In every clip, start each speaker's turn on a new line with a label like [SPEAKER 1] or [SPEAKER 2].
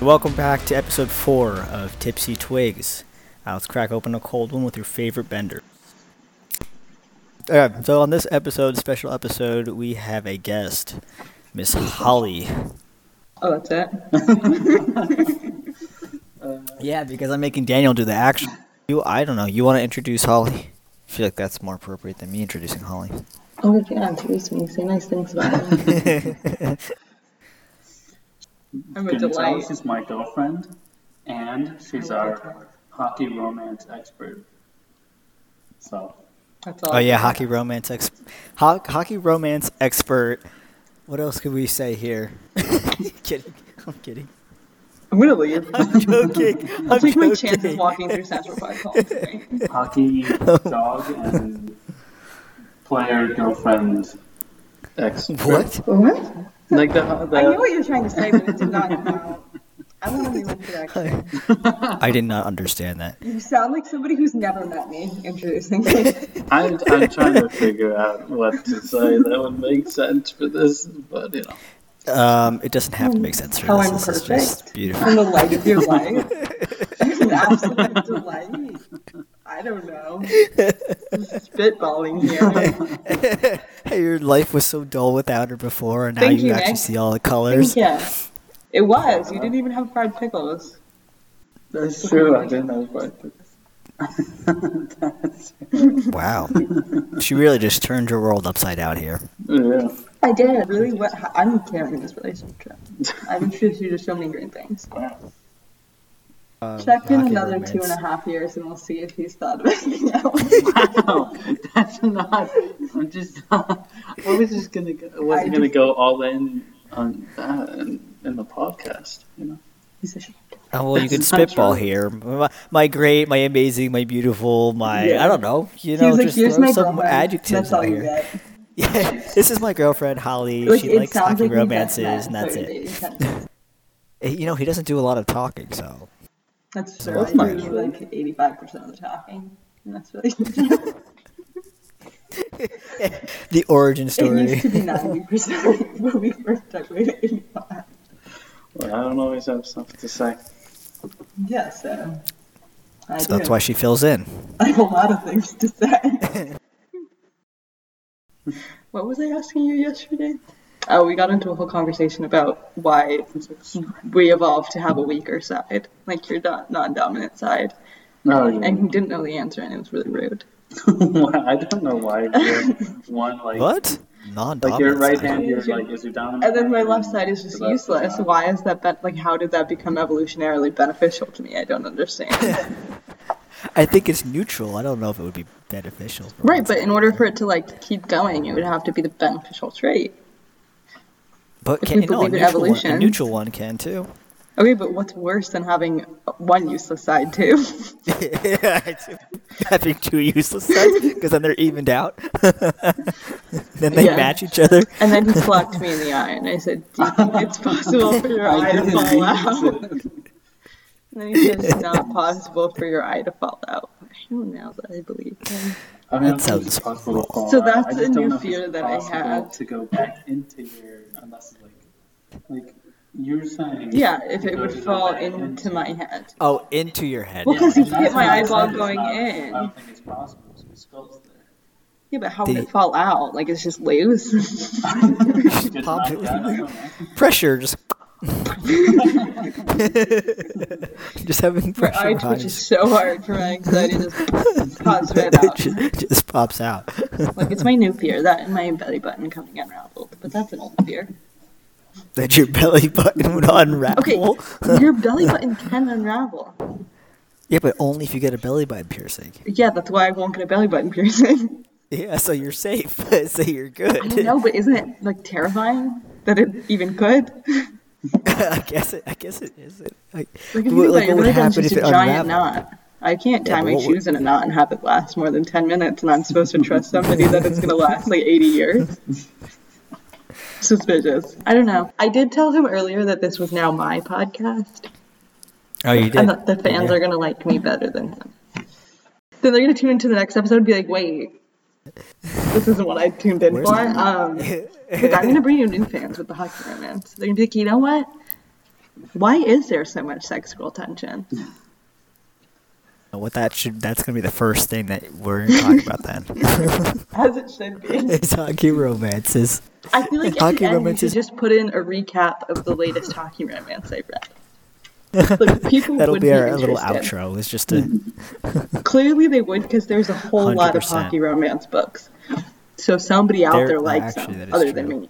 [SPEAKER 1] Welcome back to episode four of Tipsy Twigs. Uh, let's crack open a cold one with your favorite bender. Alright, so on this episode, special episode, we have a guest, Miss Holly.
[SPEAKER 2] Oh, that's it.
[SPEAKER 1] Yeah, because I'm making Daniel do the action. You, I don't know. You want to introduce Holly? I feel like that's more appropriate than me introducing Holly.
[SPEAKER 2] Oh, yeah, introduce me. Say nice things about me.
[SPEAKER 1] Oh,
[SPEAKER 2] I'm a
[SPEAKER 3] Can you tell
[SPEAKER 2] delight.
[SPEAKER 3] she's my girlfriend, and she's our hockey romance expert. So
[SPEAKER 2] That's all.
[SPEAKER 1] Oh yeah, hockey romance ex, ho- hockey romance expert. What else could we say here? kidding. I'm kidding.
[SPEAKER 2] I'm gonna leave.
[SPEAKER 1] I'm joking.
[SPEAKER 2] I'll
[SPEAKER 1] I'm
[SPEAKER 2] take my
[SPEAKER 1] joking.
[SPEAKER 2] chances walking through Central Park Hall today.
[SPEAKER 3] hockey dog and player girlfriend expert.
[SPEAKER 1] What?
[SPEAKER 2] What?
[SPEAKER 3] Like the, ho- the
[SPEAKER 2] I knew what you were trying to say, but it did not come out. I want to be one production.
[SPEAKER 1] I did not understand that.
[SPEAKER 2] You sound like somebody who's never met me introducing me.
[SPEAKER 3] I'm, I'm trying to figure out what to say that would make sense for this, but you know.
[SPEAKER 1] Um, it doesn't have to make sense for
[SPEAKER 2] How
[SPEAKER 1] this.
[SPEAKER 2] Oh, I'm
[SPEAKER 1] This is just
[SPEAKER 2] perfect.
[SPEAKER 1] beautiful.
[SPEAKER 2] I'm the light of your life. She's an absolute delight. I don't know. Spitballing here.
[SPEAKER 1] Hey, your life was so dull without her before, and now
[SPEAKER 2] Thank
[SPEAKER 1] you,
[SPEAKER 2] you,
[SPEAKER 1] actually
[SPEAKER 2] Nick.
[SPEAKER 1] see all the colors.
[SPEAKER 2] Yeah. It was. You didn't even have fried pickles.
[SPEAKER 3] That's true. I didn't know what to
[SPEAKER 1] Wow. she really just turned your world upside down here.
[SPEAKER 3] Yeah.
[SPEAKER 2] I did. Really, what ha- I'm carrying this relationship. I'm introduced you to so many great things. Check in
[SPEAKER 1] hockey
[SPEAKER 2] another two
[SPEAKER 1] romance.
[SPEAKER 2] and a half years and we'll see if he's thought of anything else.
[SPEAKER 3] No, that's not. I'm just. Not, I was just gonna. Go, I wasn't
[SPEAKER 2] I
[SPEAKER 3] gonna go all in on that in, in the podcast. You know.
[SPEAKER 2] he's a shit.
[SPEAKER 1] Oh, well, you could
[SPEAKER 3] That's not
[SPEAKER 1] spitball
[SPEAKER 3] true.
[SPEAKER 1] here. My, my great, my amazing, my beautiful, my I don't know. You know,
[SPEAKER 2] He's like,
[SPEAKER 1] just
[SPEAKER 2] here's
[SPEAKER 1] throw
[SPEAKER 2] my
[SPEAKER 1] some
[SPEAKER 2] girlfriend.
[SPEAKER 1] adjectives
[SPEAKER 2] That's all
[SPEAKER 1] out
[SPEAKER 2] you
[SPEAKER 1] here.
[SPEAKER 2] get.
[SPEAKER 1] Yeah, this is my girlfriend Holly.
[SPEAKER 2] Like,
[SPEAKER 1] she
[SPEAKER 2] it
[SPEAKER 1] likes
[SPEAKER 2] sounds
[SPEAKER 1] hockey
[SPEAKER 2] like we just met
[SPEAKER 1] romances, and that's
[SPEAKER 2] 30
[SPEAKER 1] it.
[SPEAKER 2] days. That's-
[SPEAKER 1] Eh, You know, he doesn't do a lot of talking, so
[SPEAKER 2] That's true.
[SPEAKER 1] that's
[SPEAKER 2] I
[SPEAKER 1] fine.
[SPEAKER 2] do like 85% of the talking. And that's really
[SPEAKER 1] the origin
[SPEAKER 2] It
[SPEAKER 1] story.
[SPEAKER 2] used to be 90% when we first took away to 85.
[SPEAKER 3] Well, I don't always have stuff to say.
[SPEAKER 2] Yeah, so. I
[SPEAKER 1] so that's
[SPEAKER 2] do.
[SPEAKER 1] why she fills in.
[SPEAKER 2] I have a lot of things to say. what was I asking you yesterday? Oh, we got into a whole conversation about why we evolved to have a weaker side, like your do- non-dominant side,
[SPEAKER 3] No,
[SPEAKER 2] and he didn't know the answer, and it was really rude.
[SPEAKER 3] I don't know why. You're one like
[SPEAKER 1] What? Non-dominant.
[SPEAKER 3] like your right
[SPEAKER 1] side.
[SPEAKER 3] hand. You're like is your dominant.
[SPEAKER 2] And then my
[SPEAKER 3] hand,
[SPEAKER 2] left side is just
[SPEAKER 3] your left
[SPEAKER 2] useless.
[SPEAKER 3] hand.
[SPEAKER 2] Why is that? Be- like, how did that become evolutionarily beneficial to me? I don't understand.
[SPEAKER 1] I think it's neutral. I don't know if it would be beneficial. for
[SPEAKER 2] right,
[SPEAKER 1] us.
[SPEAKER 2] but in order for it to like keep going, it would have to be the beneficial trait.
[SPEAKER 1] but
[SPEAKER 2] if
[SPEAKER 1] can,
[SPEAKER 2] we
[SPEAKER 1] no, a
[SPEAKER 2] believe in
[SPEAKER 1] neutral, one, a
[SPEAKER 2] evolution-
[SPEAKER 1] neutral one can too.
[SPEAKER 2] Okay, but what's worse than having one useless side too?
[SPEAKER 1] Having two useless sides because then they're evened out. then they
[SPEAKER 2] Yeah.
[SPEAKER 1] match each other.
[SPEAKER 2] And then he slapped me in the eye, and I said, "Do you think it's possible for your eye to fall out?" And then he said, "It's not possible for your eye to fall out." I know now that I believe him.
[SPEAKER 3] I mean,
[SPEAKER 1] That
[SPEAKER 3] I think it's
[SPEAKER 1] sounds
[SPEAKER 3] possible to fall
[SPEAKER 2] So
[SPEAKER 3] out.
[SPEAKER 2] that's
[SPEAKER 3] I just
[SPEAKER 2] a
[SPEAKER 3] don't
[SPEAKER 2] new
[SPEAKER 3] know if it's
[SPEAKER 2] fear that I
[SPEAKER 3] possible
[SPEAKER 2] had.
[SPEAKER 3] to go back into your unless like like you're saying
[SPEAKER 2] Yeah, if
[SPEAKER 3] to
[SPEAKER 2] it
[SPEAKER 3] go
[SPEAKER 2] would
[SPEAKER 3] to the
[SPEAKER 2] fall
[SPEAKER 3] back
[SPEAKER 2] into my head.
[SPEAKER 1] Oh, into your head.
[SPEAKER 2] Well, 'cause
[SPEAKER 3] Yeah,
[SPEAKER 2] he hit
[SPEAKER 3] that's
[SPEAKER 2] my
[SPEAKER 3] what I
[SPEAKER 2] eyeball
[SPEAKER 3] said, it's
[SPEAKER 2] going
[SPEAKER 3] not-
[SPEAKER 2] in.
[SPEAKER 3] I don't think it's possible. So it's goes there.
[SPEAKER 2] Yeah, but how would
[SPEAKER 1] The-
[SPEAKER 2] it fall out? Like it's just loose.
[SPEAKER 3] Just
[SPEAKER 1] popped
[SPEAKER 3] knocked
[SPEAKER 1] it.
[SPEAKER 3] out, I don't know.
[SPEAKER 1] Pressure just. just having
[SPEAKER 2] My eye
[SPEAKER 1] pressure.
[SPEAKER 2] twitches
[SPEAKER 1] hives.
[SPEAKER 2] so hard from my anxiety, it just pops right out.
[SPEAKER 1] It ju- just pops out.
[SPEAKER 2] Like it's my new fear that and my belly button coming unraveled. But that's an old fear.
[SPEAKER 1] that your belly button would
[SPEAKER 2] Okay,
[SPEAKER 1] unravel.
[SPEAKER 2] your belly button can unravel.
[SPEAKER 1] Yeah, but only if you get a belly button piercing.
[SPEAKER 2] Yeah, that's why I won't get a belly button piercing.
[SPEAKER 1] Yeah, so you're safe. so you're
[SPEAKER 2] I
[SPEAKER 1] good.
[SPEAKER 2] know, but isn't it like terrifying that it even could?
[SPEAKER 1] I guess it. I guess it is. It. Like,
[SPEAKER 2] Like, if
[SPEAKER 1] what-
[SPEAKER 2] you
[SPEAKER 1] like, what
[SPEAKER 2] like, it
[SPEAKER 1] would
[SPEAKER 2] really
[SPEAKER 1] happen
[SPEAKER 2] just
[SPEAKER 1] if
[SPEAKER 2] a
[SPEAKER 1] it
[SPEAKER 2] giant
[SPEAKER 1] unraveled?
[SPEAKER 2] knot. I can't tie
[SPEAKER 1] Yeah,
[SPEAKER 2] my
[SPEAKER 1] what would-
[SPEAKER 2] shoes in a knot and have it last more than 10 minutes, and I'm supposed to trust somebody that it's going to last like 80 years. Suspicious. I don't know. I did tell him earlier that this was now my podcast,
[SPEAKER 1] Oh, you did.
[SPEAKER 2] and that the fans are going to like me better than him. Then they're going to tune into the next episode and be like, wait, this isn't what I tuned in
[SPEAKER 1] Where's
[SPEAKER 2] for.
[SPEAKER 1] my-
[SPEAKER 2] Um, Because I'm gonna bring you new fans with the hockey romance. They're gonna be like, you know what? Why is there so much sexual tension?
[SPEAKER 1] What that should that's gonna be the first thing that we're gonna talk about then.
[SPEAKER 2] As it should be.
[SPEAKER 1] it's hockey romances.
[SPEAKER 2] I feel like
[SPEAKER 1] Hockey
[SPEAKER 2] hockey romances.
[SPEAKER 1] romances-
[SPEAKER 2] just put in a recap of the latest hockey romance I read. Like, people
[SPEAKER 1] That'll
[SPEAKER 2] would Mm-hmm.
[SPEAKER 1] be our little
[SPEAKER 2] interested.
[SPEAKER 1] outro. Is just a
[SPEAKER 2] Clearly, they would because there's a whole lot of
[SPEAKER 1] 100%.
[SPEAKER 2] hockey romance books. So somebody out
[SPEAKER 1] There-
[SPEAKER 2] there,
[SPEAKER 1] no,
[SPEAKER 2] likes
[SPEAKER 1] actually, that
[SPEAKER 2] them,
[SPEAKER 1] is
[SPEAKER 2] other than
[SPEAKER 1] true.
[SPEAKER 2] me.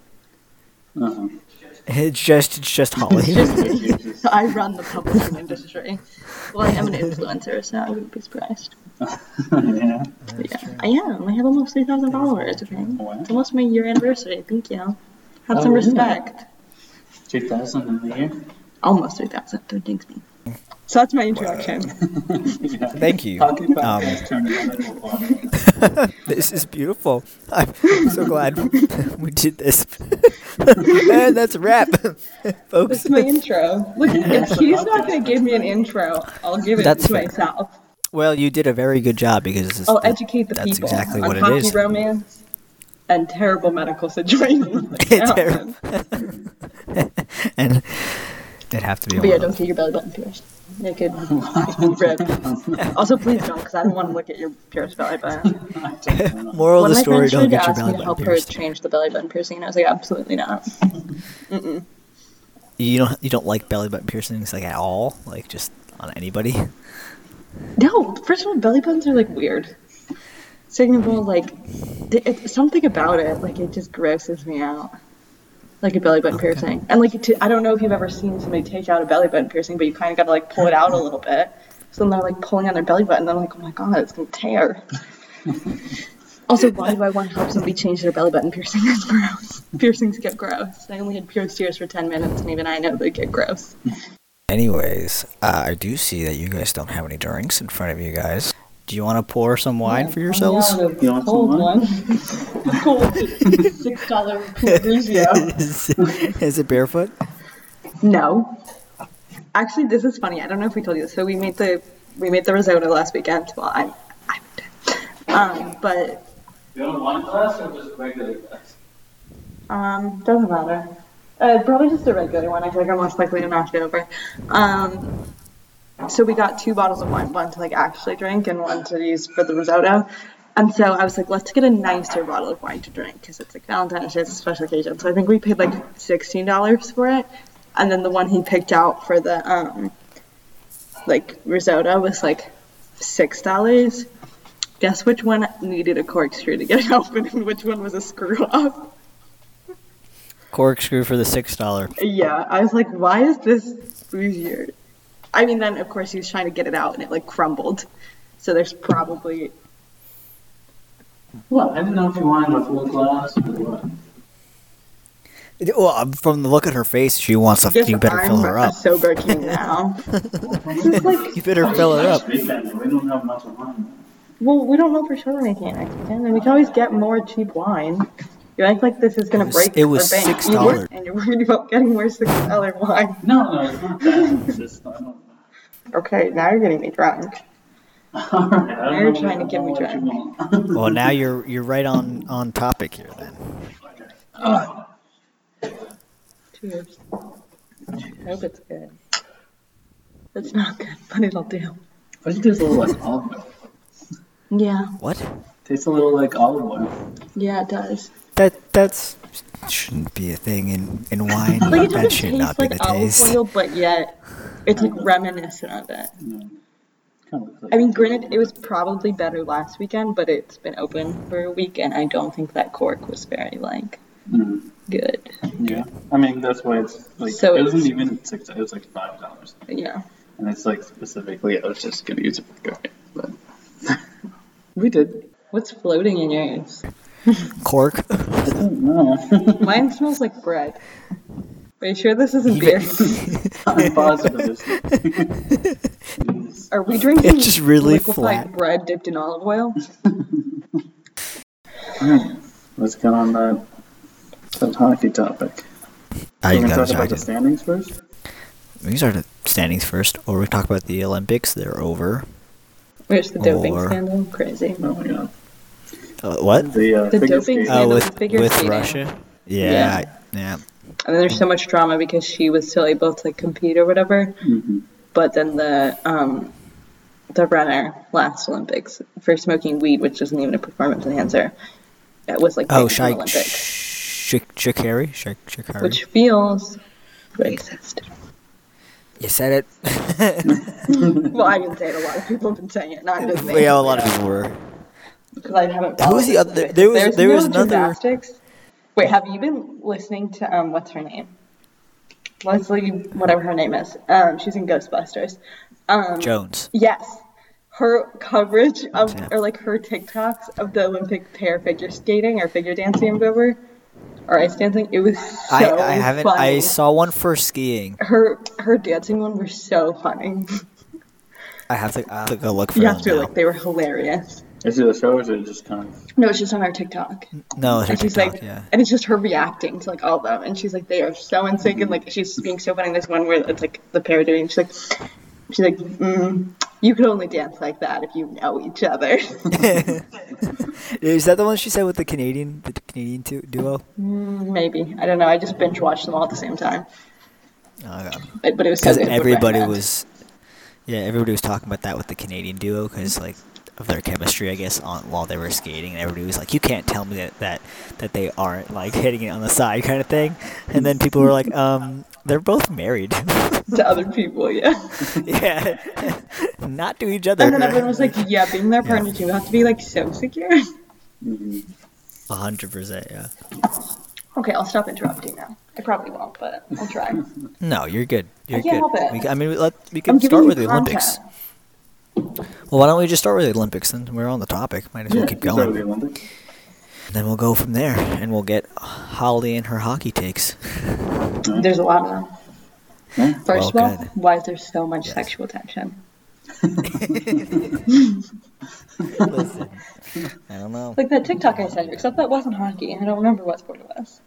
[SPEAKER 3] Uh-huh.
[SPEAKER 1] it's just it's just Holly.
[SPEAKER 3] Jesus.
[SPEAKER 2] I run the publishing industry. Well, I am an influencer, so I wouldn't be surprised.
[SPEAKER 3] yeah.
[SPEAKER 2] Yeah, I am. I have almost 3,000 followers, okay?
[SPEAKER 3] Wow.
[SPEAKER 2] It's almost my year anniversary. Thank you. Have
[SPEAKER 3] Oh,
[SPEAKER 2] some
[SPEAKER 3] yeah.
[SPEAKER 2] respect.
[SPEAKER 3] 2000 in the year.
[SPEAKER 2] Almost 3,000. Don't jinx me. So that's my introduction.
[SPEAKER 3] Yeah.
[SPEAKER 1] Thank you.
[SPEAKER 3] Hockey
[SPEAKER 1] Um,
[SPEAKER 3] podcast turned into a podcast.
[SPEAKER 1] This is beautiful. I'm so glad we did this. and that's a wrap, folks.
[SPEAKER 2] That's my intro. Look, if
[SPEAKER 3] that's
[SPEAKER 2] he's
[SPEAKER 3] a
[SPEAKER 2] not going
[SPEAKER 3] podcast.
[SPEAKER 2] to give me an intro, I'll give it
[SPEAKER 1] That's
[SPEAKER 2] to
[SPEAKER 1] fair.
[SPEAKER 2] myself.
[SPEAKER 1] Well, you did a very good job because this is
[SPEAKER 2] I'll
[SPEAKER 1] the-
[SPEAKER 2] educate the
[SPEAKER 1] that's
[SPEAKER 2] people
[SPEAKER 1] exactly
[SPEAKER 2] on
[SPEAKER 1] what it
[SPEAKER 2] hockey
[SPEAKER 1] is.
[SPEAKER 2] romance and terrible medical situations.
[SPEAKER 1] Terrible. and it'd have to be.
[SPEAKER 2] But
[SPEAKER 1] One
[SPEAKER 2] yeah,
[SPEAKER 1] of
[SPEAKER 2] don't
[SPEAKER 1] those.
[SPEAKER 2] get your belly button pierced. Naked. rib. Also, please don't, because I don't want to look at your pierced belly button.
[SPEAKER 3] I don't know.
[SPEAKER 1] Moral
[SPEAKER 2] One
[SPEAKER 1] of
[SPEAKER 2] of
[SPEAKER 1] the
[SPEAKER 2] my
[SPEAKER 1] story:
[SPEAKER 2] friends
[SPEAKER 1] Don't get
[SPEAKER 2] tried to
[SPEAKER 1] your
[SPEAKER 2] ask me
[SPEAKER 1] belly
[SPEAKER 2] to
[SPEAKER 1] button
[SPEAKER 2] help her
[SPEAKER 1] pierced.
[SPEAKER 2] change the belly button piercing, and I was like, absolutely not.
[SPEAKER 1] You don't. You don't like belly button piercings like at all. Like just on anybody.
[SPEAKER 2] No, first of all, belly buttons are like weird. Second of all, like th- it's something about it, like it just grosses me out. Like a belly button piercing, and like to, I don't know if you've ever seen somebody take out a belly button piercing, but you kind of got to like pull it out a little bit. So then they're like pulling on their belly button, and I'm like, oh my god, it's gonna tear. also, why do I want to help somebody change their belly button piercing? That's gross. Piercings get gross. I only had pierced ears for ten minutes, and even I know they get gross.
[SPEAKER 1] Anyways, uh, I do see that you guys don't have any drinks in front of you guys. Do you want to pour some wine for yourselves?
[SPEAKER 3] You want
[SPEAKER 2] Cold
[SPEAKER 3] some wine?
[SPEAKER 2] one. Cold six dollar Grigio.
[SPEAKER 1] is, is it barefoot?
[SPEAKER 2] No. Actually, this is funny. I don't know if we told you. this. So we made the we made the risotto last weekend. Well, I I made it. Um, but
[SPEAKER 3] You want one glass or just regular glass?
[SPEAKER 2] um, doesn't matter. Uh, probably just a regular one. I feel like I'm less likely to knock it over. Um, so we got two bottles of wine, one to like actually drink and one to use for the risotto. And so I was like, let's get a nicer bottle of wine to drink because it's like Valentine's Day, it's a special occasion. So I think we paid like sixteen dollars for it, and then the one he picked out for the um, like risotto was like six dollars. Guess which one needed a corkscrew to get it open, and which one was a screw up.
[SPEAKER 1] Corkscrew for the six dollar.
[SPEAKER 2] Yeah, I was like, why is this weird? I mean, then of course he was trying to get it out and it like crumbled. So there's probably
[SPEAKER 3] Well, I didn't know if you wanted a full glass or what.
[SPEAKER 1] Well, um, from the look on her face, she wants to.
[SPEAKER 2] Guess
[SPEAKER 1] You better
[SPEAKER 2] I'm
[SPEAKER 1] fill her
[SPEAKER 2] a
[SPEAKER 1] up.
[SPEAKER 2] sober king now. This is like,
[SPEAKER 1] You better fill her up.
[SPEAKER 3] Last weekend, we don't have much wine.
[SPEAKER 2] well, we don't know for sure when we can't next weekend, and we can always get more cheap wine. You act like this is gonna
[SPEAKER 1] It was-
[SPEAKER 2] break.
[SPEAKER 1] it was
[SPEAKER 2] our bank.
[SPEAKER 1] $6.
[SPEAKER 2] You work And you're worried about getting more six dollar wine.
[SPEAKER 3] No, no, it's not that. It's just, I don't
[SPEAKER 2] Okay, now you're getting me drunk.
[SPEAKER 3] All right, I don't
[SPEAKER 2] You're
[SPEAKER 3] know
[SPEAKER 2] trying to get me
[SPEAKER 3] what you
[SPEAKER 2] drunk.
[SPEAKER 3] want.
[SPEAKER 1] Well, now you're you're right on on topic here. Then
[SPEAKER 2] Cheers. I hope it's good. It's not good, but it'll do.
[SPEAKER 3] Why does it taste a little like olive oil?
[SPEAKER 2] Yeah,
[SPEAKER 1] what?
[SPEAKER 3] Tastes a little like olive oil.
[SPEAKER 2] yeah, it does.
[SPEAKER 1] That that's shouldn't be a thing in in wine.
[SPEAKER 2] Like it doesn't
[SPEAKER 1] that should
[SPEAKER 2] taste
[SPEAKER 1] not be
[SPEAKER 2] like
[SPEAKER 1] the
[SPEAKER 2] olive
[SPEAKER 1] taste.
[SPEAKER 2] oil, but yet it's like reminiscent of it.
[SPEAKER 3] Kind of looks like
[SPEAKER 2] I mean, granted, it was probably better last weekend, but it's been open for a week, and I don't think that cork was very like
[SPEAKER 3] Mm,
[SPEAKER 2] good.
[SPEAKER 3] yeah. I mean, that's why it's like
[SPEAKER 2] So
[SPEAKER 3] it wasn't
[SPEAKER 2] it's-
[SPEAKER 3] even six. It was like five dollars,
[SPEAKER 2] Yeah,
[SPEAKER 3] and it's like specifically I was just gonna use it for cooking, but we did.
[SPEAKER 2] what's floating in yours?
[SPEAKER 1] Cork.
[SPEAKER 3] No,
[SPEAKER 2] Mine smells like bread. Are you sure this isn't beer?
[SPEAKER 3] I'm positive. it's not.
[SPEAKER 2] Are we drinking
[SPEAKER 1] just really
[SPEAKER 2] liquefied
[SPEAKER 1] flat.
[SPEAKER 2] bread dipped in olive oil?
[SPEAKER 3] Let's get on that that hockey topic.
[SPEAKER 1] I
[SPEAKER 3] We're gonna
[SPEAKER 1] got
[SPEAKER 3] talk about the
[SPEAKER 1] distracted.
[SPEAKER 3] standings first.
[SPEAKER 1] We can start at standings first, or we talk about the Olympics. They're over.
[SPEAKER 2] Where's the doping
[SPEAKER 1] Or-
[SPEAKER 2] scandal? Crazy.
[SPEAKER 3] Oh my god,
[SPEAKER 1] Uh, what?
[SPEAKER 3] the uh,
[SPEAKER 2] The
[SPEAKER 3] figure
[SPEAKER 2] doping
[SPEAKER 3] skating.
[SPEAKER 2] scandal
[SPEAKER 1] Oh,
[SPEAKER 2] with
[SPEAKER 1] with
[SPEAKER 2] figure
[SPEAKER 1] with
[SPEAKER 2] skating.
[SPEAKER 1] Russia. Yeah, yeah.
[SPEAKER 2] and then there's so much drama because she was still able to like compete or whatever.
[SPEAKER 3] Mm-hmm.
[SPEAKER 2] But then the um, the runner last Olympics for smoking weed, which isn't even a performance enhancer, it was like
[SPEAKER 1] Oh,
[SPEAKER 2] banned from
[SPEAKER 1] Shai
[SPEAKER 2] Olympics,
[SPEAKER 1] Sh- Shakari? Shai Shakari?
[SPEAKER 2] which feels racist.
[SPEAKER 1] you said it.
[SPEAKER 2] well, I didn't say it. A lot of people have been saying it, not just me.
[SPEAKER 1] yeah, a lot of people were.
[SPEAKER 2] Because I haven't.
[SPEAKER 1] Who was
[SPEAKER 2] followed
[SPEAKER 1] the other-
[SPEAKER 2] it since I-
[SPEAKER 1] there was-
[SPEAKER 2] there's
[SPEAKER 1] there was
[SPEAKER 2] Neil
[SPEAKER 1] another-
[SPEAKER 2] Gymnastics. Wait, have you been listening to um? What's her name? Leslie, whatever her name is. Um, she's in Ghostbusters. Um,
[SPEAKER 1] Jones.
[SPEAKER 2] Yes. Her coverage of,
[SPEAKER 1] Yeah.
[SPEAKER 2] or like her TikToks of the Olympic pair figure skating or figure dancing, whatever, or ice dancing, it was so
[SPEAKER 1] I, I haven't.
[SPEAKER 2] funny.
[SPEAKER 1] I saw one for skiing.
[SPEAKER 2] her her dancing one was so funny.
[SPEAKER 1] I have to, I have to go look for
[SPEAKER 2] you
[SPEAKER 1] them
[SPEAKER 2] have to
[SPEAKER 1] now.
[SPEAKER 2] like they were hilarious.
[SPEAKER 3] Is it a show or is it just kind of?
[SPEAKER 2] No, it's just on her TikTok,
[SPEAKER 1] No, it's
[SPEAKER 2] and she's
[SPEAKER 1] Mm, TikTok,
[SPEAKER 2] like,
[SPEAKER 1] yeah.
[SPEAKER 2] and it's just her reacting to like all of them, and she's like, they are so in sync, and like she's being so funny. There's one where it's like the pair doing, she's like, she's like, mm, you could only dance like that if you know each other.
[SPEAKER 1] Is that the one she said with the Canadian, the Canadian tu- duo?
[SPEAKER 2] Mm. Maybe. I don't know. I just binge watched them all at the same time.
[SPEAKER 1] Oh, God.
[SPEAKER 2] But, but it was so
[SPEAKER 1] because
[SPEAKER 2] good, would
[SPEAKER 1] everybody
[SPEAKER 2] recommend.
[SPEAKER 1] was yeah everybody was talking about that with the canadian duo because like of their chemistry i guess on while they were skating and everybody was like you can't tell me that that, that they aren't like hitting it on the side kind of thing and then people were like um they're both married
[SPEAKER 2] to other people, yeah.
[SPEAKER 1] yeah not to each other
[SPEAKER 2] And then everyone was like, "Yeah, being their partner, you have to be like so secure."
[SPEAKER 3] mm-hmm.
[SPEAKER 1] 100% yeah
[SPEAKER 2] Okay, I'll stop interrupting now. I probably won't, but I'll try. I'm
[SPEAKER 1] no you're good you're
[SPEAKER 2] can't
[SPEAKER 1] good
[SPEAKER 2] help it.
[SPEAKER 1] We c- i mean we, let, we
[SPEAKER 2] giving
[SPEAKER 1] can start
[SPEAKER 2] you
[SPEAKER 1] with the olympics
[SPEAKER 2] content.
[SPEAKER 1] well why don't we just start with the olympics then we're on the topic might as well keep
[SPEAKER 3] Is that
[SPEAKER 1] going
[SPEAKER 3] the Olympics?
[SPEAKER 1] And then we'll go from there, and we'll get Holly and her hockey takes.
[SPEAKER 2] There's a lot of them.
[SPEAKER 3] Yeah.
[SPEAKER 2] First
[SPEAKER 1] Well,
[SPEAKER 2] of all,
[SPEAKER 1] good.
[SPEAKER 2] why is there so much sexual tension?
[SPEAKER 1] Listen, I don't know.
[SPEAKER 2] Like that TikTok I sent you, except that wasn't hockey. I don't remember what sport it was.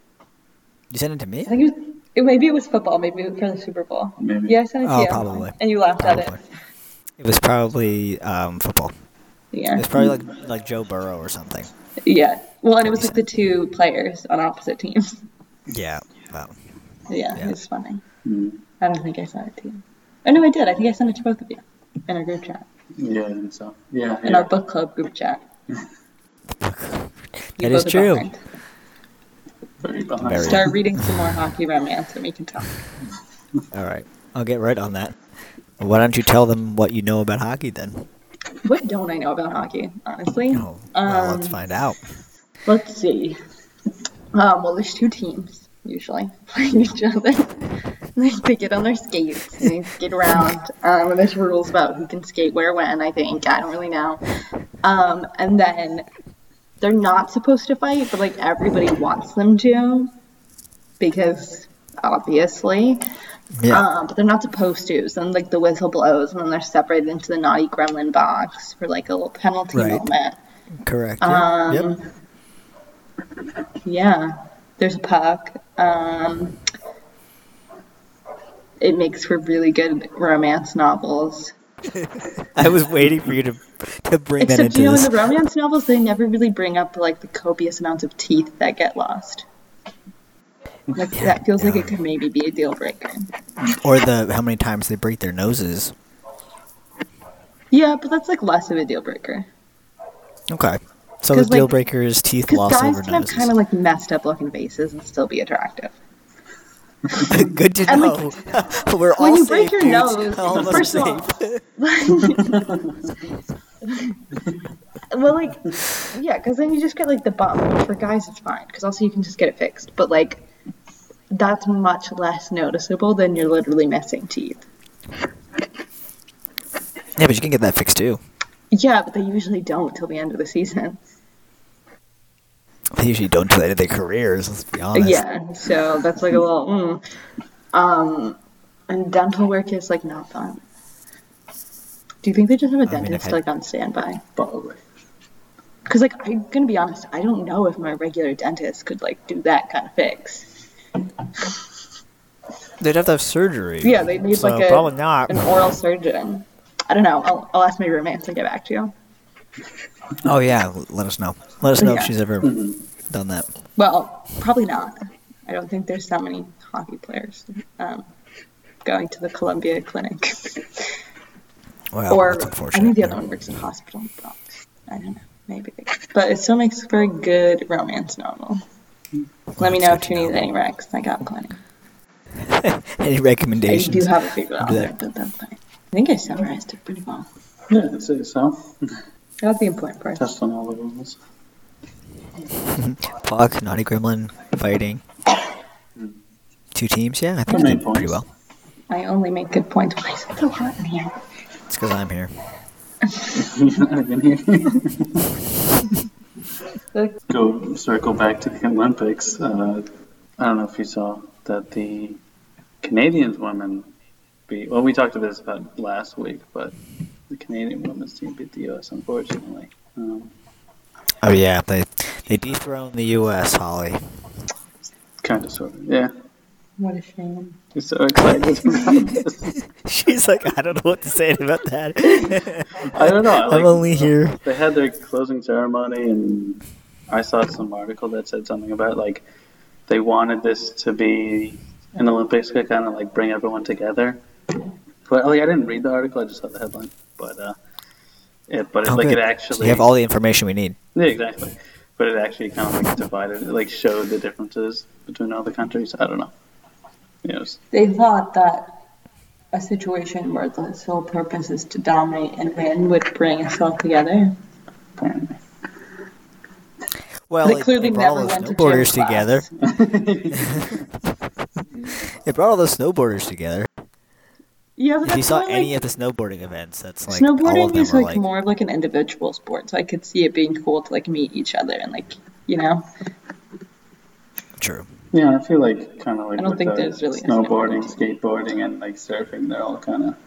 [SPEAKER 1] You sent it to me?
[SPEAKER 2] I think it was. It, maybe it was football. Maybe it was for the Super Bowl.
[SPEAKER 3] Maybe.
[SPEAKER 2] Yeah, I sent it to
[SPEAKER 1] Oh,
[SPEAKER 2] you.
[SPEAKER 1] probably.
[SPEAKER 2] And you laughed at it.
[SPEAKER 1] Probably. It was probably um, football.
[SPEAKER 2] Yeah.
[SPEAKER 1] It was probably like like Joe Burrow or something.
[SPEAKER 2] Yeah. Well, and it was like the two players on opposite teams.
[SPEAKER 1] Yeah. Well,
[SPEAKER 2] Yeah,
[SPEAKER 1] Yeah.
[SPEAKER 2] it's funny.
[SPEAKER 3] Mm.
[SPEAKER 2] I don't think I sent it to you. Oh no, I did. I think I sent it to both of you in our group chat,
[SPEAKER 3] Yeah, I think so. Yeah,
[SPEAKER 2] in
[SPEAKER 3] yeah.
[SPEAKER 2] our book club group chat. You
[SPEAKER 1] That is
[SPEAKER 2] both are
[SPEAKER 1] true.
[SPEAKER 2] behind.
[SPEAKER 3] Very behind.
[SPEAKER 1] Very.
[SPEAKER 2] Start reading some more hockey romance, and we can talk.
[SPEAKER 1] all right. I'll get right on that. Why don't you tell them what you know about hockey then?
[SPEAKER 2] What don't I know about hockey? Honestly,
[SPEAKER 1] Oh, well,
[SPEAKER 2] Um,
[SPEAKER 1] let's find out.
[SPEAKER 2] Let's see. Um, well, there's two teams usually playing each other. they they get on their skates and they skate around. Um, and there's rules about who can skate where, when. I think I don't really know. Um, and then they're not supposed to fight, but like everybody wants them to because obviously.
[SPEAKER 1] Yeah.
[SPEAKER 2] Um, but they're not supposed to. So then, like, the whistle blows, and then they're separated into the naughty gremlin box for, like, a little penalty
[SPEAKER 1] Right.
[SPEAKER 2] moment.
[SPEAKER 1] correct.
[SPEAKER 2] um,
[SPEAKER 1] Yeah. yep.
[SPEAKER 2] Yeah, there's a puck. Um, it makes for really good romance novels.
[SPEAKER 1] I was waiting for you to to bring that
[SPEAKER 2] Except,
[SPEAKER 1] into
[SPEAKER 2] you know, in
[SPEAKER 1] this.
[SPEAKER 2] the romance novels, they never really bring up like the copious amounts of teeth that get lost. Like, that feels like it could maybe be a deal breaker.
[SPEAKER 1] or the how many times they break their noses.
[SPEAKER 2] Yeah, but that's like less of a deal breaker.
[SPEAKER 1] Okay. So the
[SPEAKER 2] 'Cause, like-
[SPEAKER 1] deal breaker is teeth
[SPEAKER 2] Because
[SPEAKER 1] lost
[SPEAKER 2] guys
[SPEAKER 1] over
[SPEAKER 2] can have
[SPEAKER 1] noses.
[SPEAKER 2] kind of like messed up looking faces and still be attractive.
[SPEAKER 1] Good to
[SPEAKER 2] And,
[SPEAKER 1] know. We're all
[SPEAKER 2] when you
[SPEAKER 1] safe,
[SPEAKER 2] break your
[SPEAKER 1] dudes.
[SPEAKER 2] nose,
[SPEAKER 1] all of us
[SPEAKER 2] first
[SPEAKER 1] are
[SPEAKER 2] of all,
[SPEAKER 1] safe.
[SPEAKER 2] well, like, yeah, because then you just get like the bump. For guys, it's fine because also you can just get it fixed. But like, that's much less noticeable than you're literally missing teeth.
[SPEAKER 1] Yeah, but you can get that fixed too.
[SPEAKER 2] Yeah, but they usually don't till the end of the season.
[SPEAKER 1] They usually don't do that in their careers. Let's be honest.
[SPEAKER 2] Yeah, so that's like a little. Mm. Um, and dental work is like not fun. Do you think they just have a
[SPEAKER 1] mean,
[SPEAKER 2] dentist
[SPEAKER 1] okay.
[SPEAKER 2] like on standby?
[SPEAKER 3] Probably.
[SPEAKER 2] Because like I'm gonna be honest, I don't know if my regular dentist could like do that kind of fix.
[SPEAKER 1] They'd have to have surgery.
[SPEAKER 2] Yeah, they need
[SPEAKER 1] so
[SPEAKER 2] like a,
[SPEAKER 1] probably not.
[SPEAKER 2] an oral surgeon. I don't know. I'll, I'll ask my roommates and get back to you.
[SPEAKER 1] Oh yeah, let us know. Let us know
[SPEAKER 2] Yeah. Mm-hmm.
[SPEAKER 1] if she's ever done that.
[SPEAKER 2] Well, probably not. I don't think there's that many hockey players um, going to the Columbia Clinic.
[SPEAKER 1] Wow,
[SPEAKER 2] or
[SPEAKER 1] Oh, that's
[SPEAKER 2] I
[SPEAKER 1] unfortunate.
[SPEAKER 2] think the
[SPEAKER 1] yeah.
[SPEAKER 2] other one works in a hospital in the Bronx. I don't know. Maybe they But it still makes for a good romance novel. Let me know if you need any recs. I got plenty.
[SPEAKER 1] Any
[SPEAKER 2] I
[SPEAKER 1] recommendations?
[SPEAKER 2] do have a favorite
[SPEAKER 1] Do
[SPEAKER 2] author,
[SPEAKER 1] that.
[SPEAKER 2] but that's fine. I think I summarized it pretty well.
[SPEAKER 3] Yeah, I'd say so.
[SPEAKER 2] That's the important part.
[SPEAKER 3] Touched on all the rules.
[SPEAKER 1] Puck, Naughty Gremlin, fighting. Two teams, yeah. I think
[SPEAKER 3] How
[SPEAKER 1] I
[SPEAKER 3] many
[SPEAKER 1] did pretty
[SPEAKER 3] points?
[SPEAKER 1] well.
[SPEAKER 2] I only make good points. Why is it so hot in here?
[SPEAKER 1] It's because I'm here.
[SPEAKER 3] I've been here.
[SPEAKER 2] The-
[SPEAKER 3] Go circle back to the Olympics. Uh, I don't know if you saw that the Canadians women beat. Well, we talked about this about last week, but the Canadian women's team beat the U.S. Unfortunately, um,
[SPEAKER 1] Oh yeah, they they dethroned the U.S. Holly.
[SPEAKER 3] kind of sort of. Yeah,
[SPEAKER 2] What a shame.
[SPEAKER 3] I'm so excited about this.
[SPEAKER 1] She's like, I don't know what to say about that.
[SPEAKER 3] I don't know. I like-
[SPEAKER 1] I'm only here.
[SPEAKER 3] They had their closing ceremony, and I saw some article that said something about like they wanted this to be an Olympics to kind of like bring everyone together. But like I didn't read the article; I just saw the headline. But uh, it, but it,
[SPEAKER 1] Oh,
[SPEAKER 3] like
[SPEAKER 1] good. So
[SPEAKER 3] it actually,
[SPEAKER 1] you have all the information we need.
[SPEAKER 3] yeah, exactly. But it actually kind of like divided, it like showed the differences between all the countries. I don't know. Yeah, it was-
[SPEAKER 2] They thought that a situation where the sole purpose is to dominate and win would bring us all together.
[SPEAKER 3] apparently.
[SPEAKER 1] Well,
[SPEAKER 2] They
[SPEAKER 1] it-
[SPEAKER 2] clearly
[SPEAKER 1] it brought all those
[SPEAKER 2] never went to gym
[SPEAKER 1] snowboarders
[SPEAKER 2] class.
[SPEAKER 1] together. It brought all those snowboarders together.
[SPEAKER 2] Yeah, but
[SPEAKER 1] If you
[SPEAKER 2] that's
[SPEAKER 1] saw
[SPEAKER 2] more
[SPEAKER 1] any
[SPEAKER 2] like,
[SPEAKER 1] of the snowboarding events, that's like all of
[SPEAKER 2] snowboarding
[SPEAKER 1] them
[SPEAKER 2] is
[SPEAKER 1] are
[SPEAKER 2] like,
[SPEAKER 1] like,
[SPEAKER 2] more of like an individual sport, so I could see it being cool to like meet each other and like you know.
[SPEAKER 1] true.
[SPEAKER 3] Yeah, I feel like kind of like
[SPEAKER 2] I don't
[SPEAKER 3] with
[SPEAKER 2] think
[SPEAKER 3] the
[SPEAKER 2] there's really a
[SPEAKER 3] snowboarding,
[SPEAKER 2] snowboarding
[SPEAKER 3] skateboarding, and like surfing. They're all kind of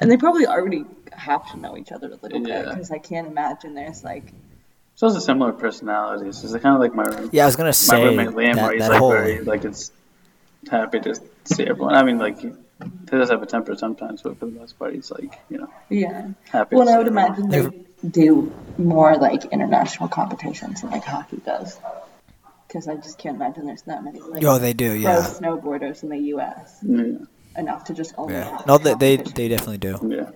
[SPEAKER 2] And they probably already have to know each other a little bit
[SPEAKER 3] Yeah.
[SPEAKER 2] because I can't imagine there's like
[SPEAKER 3] So it's a similar personality. So it's kind of like my
[SPEAKER 1] Yeah, I was gonna
[SPEAKER 3] my
[SPEAKER 1] say
[SPEAKER 3] roommate Liam,
[SPEAKER 1] that,
[SPEAKER 3] where he's
[SPEAKER 1] that
[SPEAKER 3] like
[SPEAKER 1] whole.
[SPEAKER 3] very like it's happy to see everyone. I mean, like he he does have a temper sometimes, but for the most part, he's like you know
[SPEAKER 2] yeah.
[SPEAKER 3] happy.
[SPEAKER 2] Well,
[SPEAKER 3] to
[SPEAKER 2] I
[SPEAKER 3] see
[SPEAKER 2] would
[SPEAKER 3] everyone.
[SPEAKER 2] imagine they do more like international competitions than like hockey does, because I just can't imagine there's that many like
[SPEAKER 1] Oh, they do,
[SPEAKER 2] pro
[SPEAKER 1] yeah,
[SPEAKER 2] snowboarders in the U.S. enough to just only.
[SPEAKER 1] yeah.
[SPEAKER 2] have
[SPEAKER 1] No,
[SPEAKER 2] the
[SPEAKER 1] they they,
[SPEAKER 2] competition.
[SPEAKER 1] they definitely do.
[SPEAKER 3] Yeah,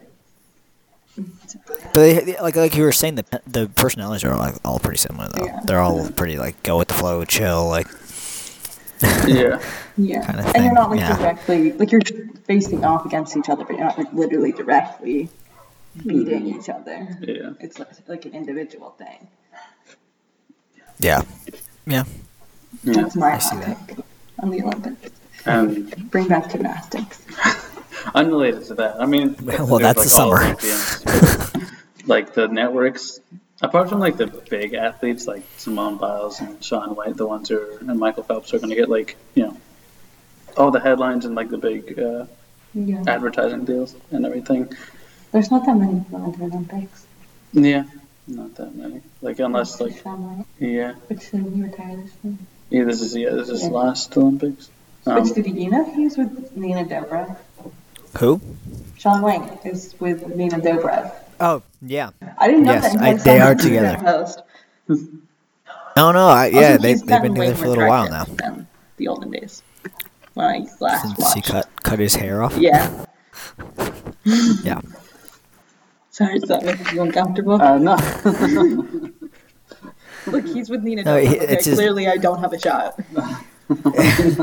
[SPEAKER 3] yeah.
[SPEAKER 1] But they, they- like like you were saying, the pe- the personalities are like all pretty similar though.
[SPEAKER 2] Yeah.
[SPEAKER 1] They're all pretty like go with the flow, chill. Like
[SPEAKER 3] yeah.
[SPEAKER 2] Yeah,
[SPEAKER 1] kinda
[SPEAKER 2] and
[SPEAKER 1] thing,
[SPEAKER 2] you're not like
[SPEAKER 1] yeah.
[SPEAKER 2] directly like you're facing off against each other, but you're not like literally directly
[SPEAKER 3] Hmm.
[SPEAKER 2] beating each other.
[SPEAKER 3] Yeah.
[SPEAKER 2] It's like, like an individual thing.
[SPEAKER 1] yeah, yeah.
[SPEAKER 3] yeah.
[SPEAKER 2] That's my
[SPEAKER 1] see
[SPEAKER 2] hot
[SPEAKER 1] that.
[SPEAKER 2] take on the Olympics.
[SPEAKER 3] And
[SPEAKER 2] Bring back gymnastics.
[SPEAKER 3] unrelated to that, I mean,
[SPEAKER 1] Well,
[SPEAKER 3] there's,
[SPEAKER 1] that's
[SPEAKER 3] all
[SPEAKER 1] the
[SPEAKER 3] Olympians, like the networks, apart from like the big athletes like Simone Biles and Sean White, the ones who are, and Michael Phelps are going to get like you know all the headlines and like the big uh,
[SPEAKER 2] Yeah.
[SPEAKER 3] advertising deals and everything.
[SPEAKER 2] There's not that many women in the Olympics.
[SPEAKER 3] Yeah, not that many. Like unless like
[SPEAKER 2] Sean White,
[SPEAKER 3] yeah,
[SPEAKER 2] Which did he retire this year?
[SPEAKER 3] yeah this is yeah this is
[SPEAKER 2] Yeah.
[SPEAKER 3] last Olympics. Um,
[SPEAKER 2] Which did you know he's with Nina Dobrev?
[SPEAKER 1] Who?
[SPEAKER 2] Sean White is with Nina Dobrev.
[SPEAKER 1] Oh yeah.
[SPEAKER 2] I didn't know
[SPEAKER 1] Yes,
[SPEAKER 2] that. until
[SPEAKER 1] I-
[SPEAKER 2] I saw
[SPEAKER 1] they
[SPEAKER 2] her
[SPEAKER 1] are
[SPEAKER 2] Instagram
[SPEAKER 1] together.
[SPEAKER 2] Post.
[SPEAKER 1] No, no. I, yeah,
[SPEAKER 2] Also,
[SPEAKER 1] they
[SPEAKER 2] he's
[SPEAKER 1] they've
[SPEAKER 2] gotten
[SPEAKER 1] been
[SPEAKER 2] way
[SPEAKER 1] together for a
[SPEAKER 2] more
[SPEAKER 1] little while now
[SPEAKER 2] attractive Than the olden days. When I last
[SPEAKER 1] since
[SPEAKER 2] watched.
[SPEAKER 1] he cut cut his hair off.
[SPEAKER 2] Yeah.
[SPEAKER 1] Yeah.
[SPEAKER 2] Sorry, does that make you uncomfortable?
[SPEAKER 3] uh, no,
[SPEAKER 2] Look, he's with Nina.
[SPEAKER 1] No,
[SPEAKER 2] Dobrev.
[SPEAKER 1] he-
[SPEAKER 2] okay,
[SPEAKER 1] it's his-
[SPEAKER 2] clearly I don't have a shot.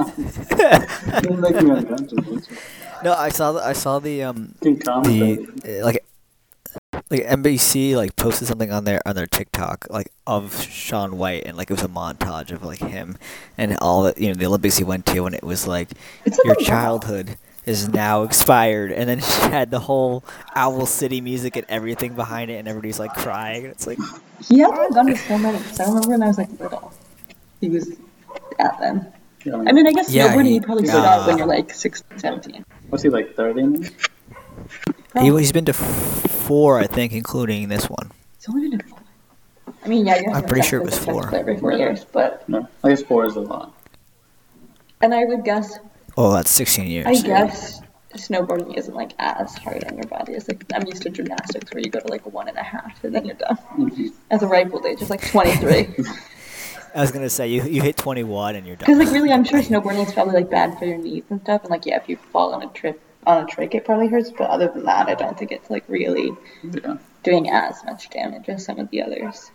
[SPEAKER 3] Didn't make me uncomfortable.
[SPEAKER 1] No, I saw the, I saw the um
[SPEAKER 3] Can comment
[SPEAKER 1] the uh, like like NBC like posted something on their on their TikTok like of Sean White and like it was a montage of like him and all the you know the Olympics he went to and it was like
[SPEAKER 2] It's like
[SPEAKER 1] your
[SPEAKER 2] a lot.
[SPEAKER 1] childhood is now expired and then she had the whole Owl City music and everything behind it and everybody's like crying and it's like
[SPEAKER 2] He hasn't done to so many. 'cause I remember when I was like little, he was at them. I mean, I guess
[SPEAKER 1] Yeah,
[SPEAKER 2] snowboarding
[SPEAKER 1] he-
[SPEAKER 2] you probably
[SPEAKER 1] yeah.
[SPEAKER 2] start when you're like 16, 17.
[SPEAKER 3] What's he like thirty? now?
[SPEAKER 1] he,
[SPEAKER 2] Probably.
[SPEAKER 1] he's been to f- four I think including this one
[SPEAKER 2] It's only been a couple. I mean, yeah, I guess
[SPEAKER 1] I'm
[SPEAKER 2] it
[SPEAKER 1] pretty sure it
[SPEAKER 2] technically
[SPEAKER 1] was
[SPEAKER 2] like every four years, but
[SPEAKER 3] No, I guess four is a lot.
[SPEAKER 2] and I would guess,
[SPEAKER 1] oh that's 16 years
[SPEAKER 2] I guess snowboarding isn't like as hard on your body as like I'm used to gymnastics Mm-hmm. where you go to like one and a half and then you're done. At the ripe old age, it's like 23.
[SPEAKER 1] I was gonna say you you hit 21 and you're
[SPEAKER 2] Because
[SPEAKER 1] done.
[SPEAKER 2] like really, I'm sure snowboarding is probably like bad for your knees and stuff. And like yeah, if you fall on a trip on a trick, it probably hurts. But other than that, I don't think it's like really
[SPEAKER 3] Yeah.
[SPEAKER 2] doing as much damage as some of the others.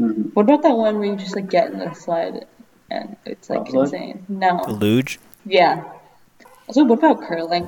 [SPEAKER 3] Mhm.
[SPEAKER 2] What about that one where you just like get in the sled and it's like
[SPEAKER 3] Bobsled?
[SPEAKER 2] insane? No.
[SPEAKER 1] Luge.
[SPEAKER 2] Yeah. Also, what about curling?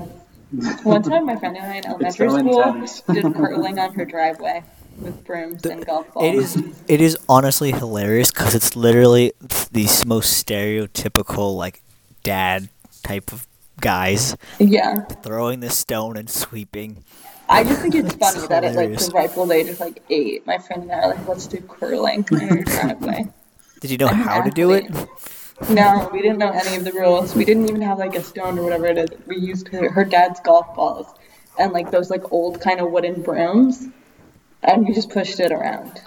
[SPEAKER 2] One time, my friend and I in elementary school
[SPEAKER 3] intense.
[SPEAKER 2] did curling on her driveway with brooms and golf balls.
[SPEAKER 1] It is it is honestly hilarious because it's literally the most stereotypical like dad type of guys
[SPEAKER 2] Yeah.
[SPEAKER 1] throwing the stone and sweeping.
[SPEAKER 2] I just think it's
[SPEAKER 1] That's
[SPEAKER 2] funny that at like
[SPEAKER 1] hilarious.
[SPEAKER 2] the ripe old age of like eight, my friend and I are like, let's do curling on our driveway.
[SPEAKER 1] Did you know how to do it?
[SPEAKER 2] No, we didn't know any of the rules. We didn't even have like a stone or whatever it is. We used her, her dad's golf balls and like those like old kind of wooden brooms, and we just pushed it around.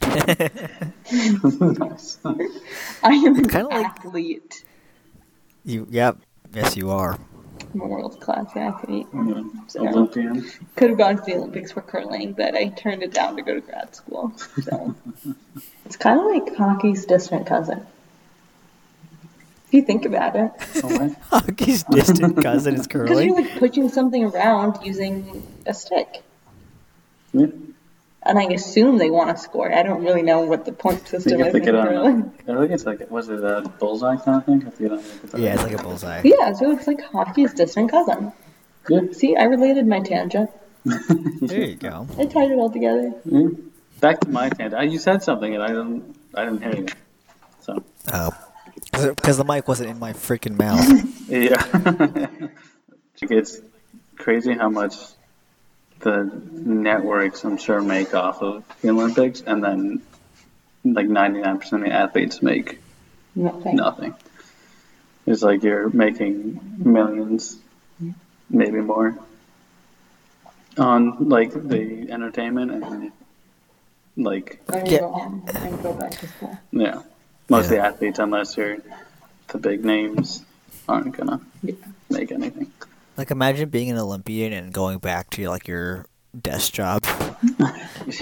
[SPEAKER 3] nice.
[SPEAKER 2] I am an
[SPEAKER 1] Kinda like-
[SPEAKER 2] athlete.
[SPEAKER 1] You yep. Yes, you are.
[SPEAKER 2] I'm a world class athlete.
[SPEAKER 3] Yeah. Olympian.
[SPEAKER 2] Could have gone to the Olympics for curling, but I turned it down to go to grad school. So it's kind of like hockey's distant cousin. If you think about it,
[SPEAKER 3] Oh, wait.
[SPEAKER 1] Hockey's distant cousin is
[SPEAKER 2] because
[SPEAKER 1] curling.
[SPEAKER 2] you're like pushing something around using a stick.
[SPEAKER 3] Yeah.
[SPEAKER 2] and I assume they want to score. I don't really know what the point
[SPEAKER 3] So
[SPEAKER 2] system
[SPEAKER 3] you have
[SPEAKER 2] is.
[SPEAKER 3] to get
[SPEAKER 2] in curling.
[SPEAKER 3] on. I think it's like, was it a bullseye kind of thing? You have to get on, like, the-
[SPEAKER 1] yeah, it's like a bullseye.
[SPEAKER 2] Yeah, so it's like hockey's distant cousin.
[SPEAKER 3] Yeah.
[SPEAKER 2] See, I related my tangent.
[SPEAKER 1] There you go.
[SPEAKER 2] I tied it all together.
[SPEAKER 3] Yeah. Back to my tangent. I, you said something and I didn't. I didn't hear you. So
[SPEAKER 1] Oh, because the mic wasn't in my freaking mouth.
[SPEAKER 3] yeah, it's crazy how much the networks I'm sure make off of the Olympics, and then like 99% of the athletes make
[SPEAKER 2] Nothing.
[SPEAKER 3] nothing. It's like you're making millions, maybe more, on like the entertainment and like
[SPEAKER 2] I'm gonna
[SPEAKER 1] Yeah.
[SPEAKER 2] go home and go back to school.
[SPEAKER 3] yeah,
[SPEAKER 1] Yeah.
[SPEAKER 3] most of the athletes, unless you're the big names, aren't gonna
[SPEAKER 2] Yeah.
[SPEAKER 3] make anything.
[SPEAKER 1] like imagine being an Olympian and going back to like your desk job.
[SPEAKER 3] yeah, like,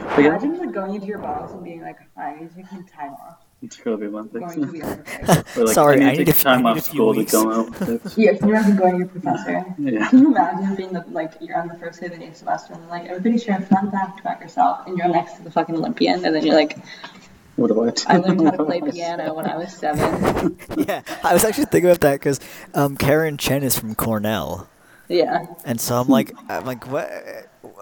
[SPEAKER 3] I
[SPEAKER 2] Imagine like going into your boss and being like, I need to take some time off.
[SPEAKER 3] it's gonna be Olympics.
[SPEAKER 2] Going to the Olympics.
[SPEAKER 3] Or, like,
[SPEAKER 1] Sorry,
[SPEAKER 3] I need,
[SPEAKER 1] I need
[SPEAKER 3] to take
[SPEAKER 1] a- I
[SPEAKER 3] time
[SPEAKER 1] need a
[SPEAKER 3] off
[SPEAKER 1] few
[SPEAKER 3] school to
[SPEAKER 1] weeks.
[SPEAKER 3] go Olympics.
[SPEAKER 2] yeah, can you imagine going to your professor?
[SPEAKER 3] yeah,
[SPEAKER 2] Can you imagine being the, like you're on the first day of the new semester and they're like everybody share a fun fact about yourself and you're next to the fucking Olympian and then you're like,
[SPEAKER 3] what do I do?
[SPEAKER 2] I learned how to play piano when I was seven.
[SPEAKER 1] yeah, I was actually thinking about that because um, Karen Chen is from Cornell,
[SPEAKER 2] Yeah.
[SPEAKER 1] and so I'm like, I'm like, what?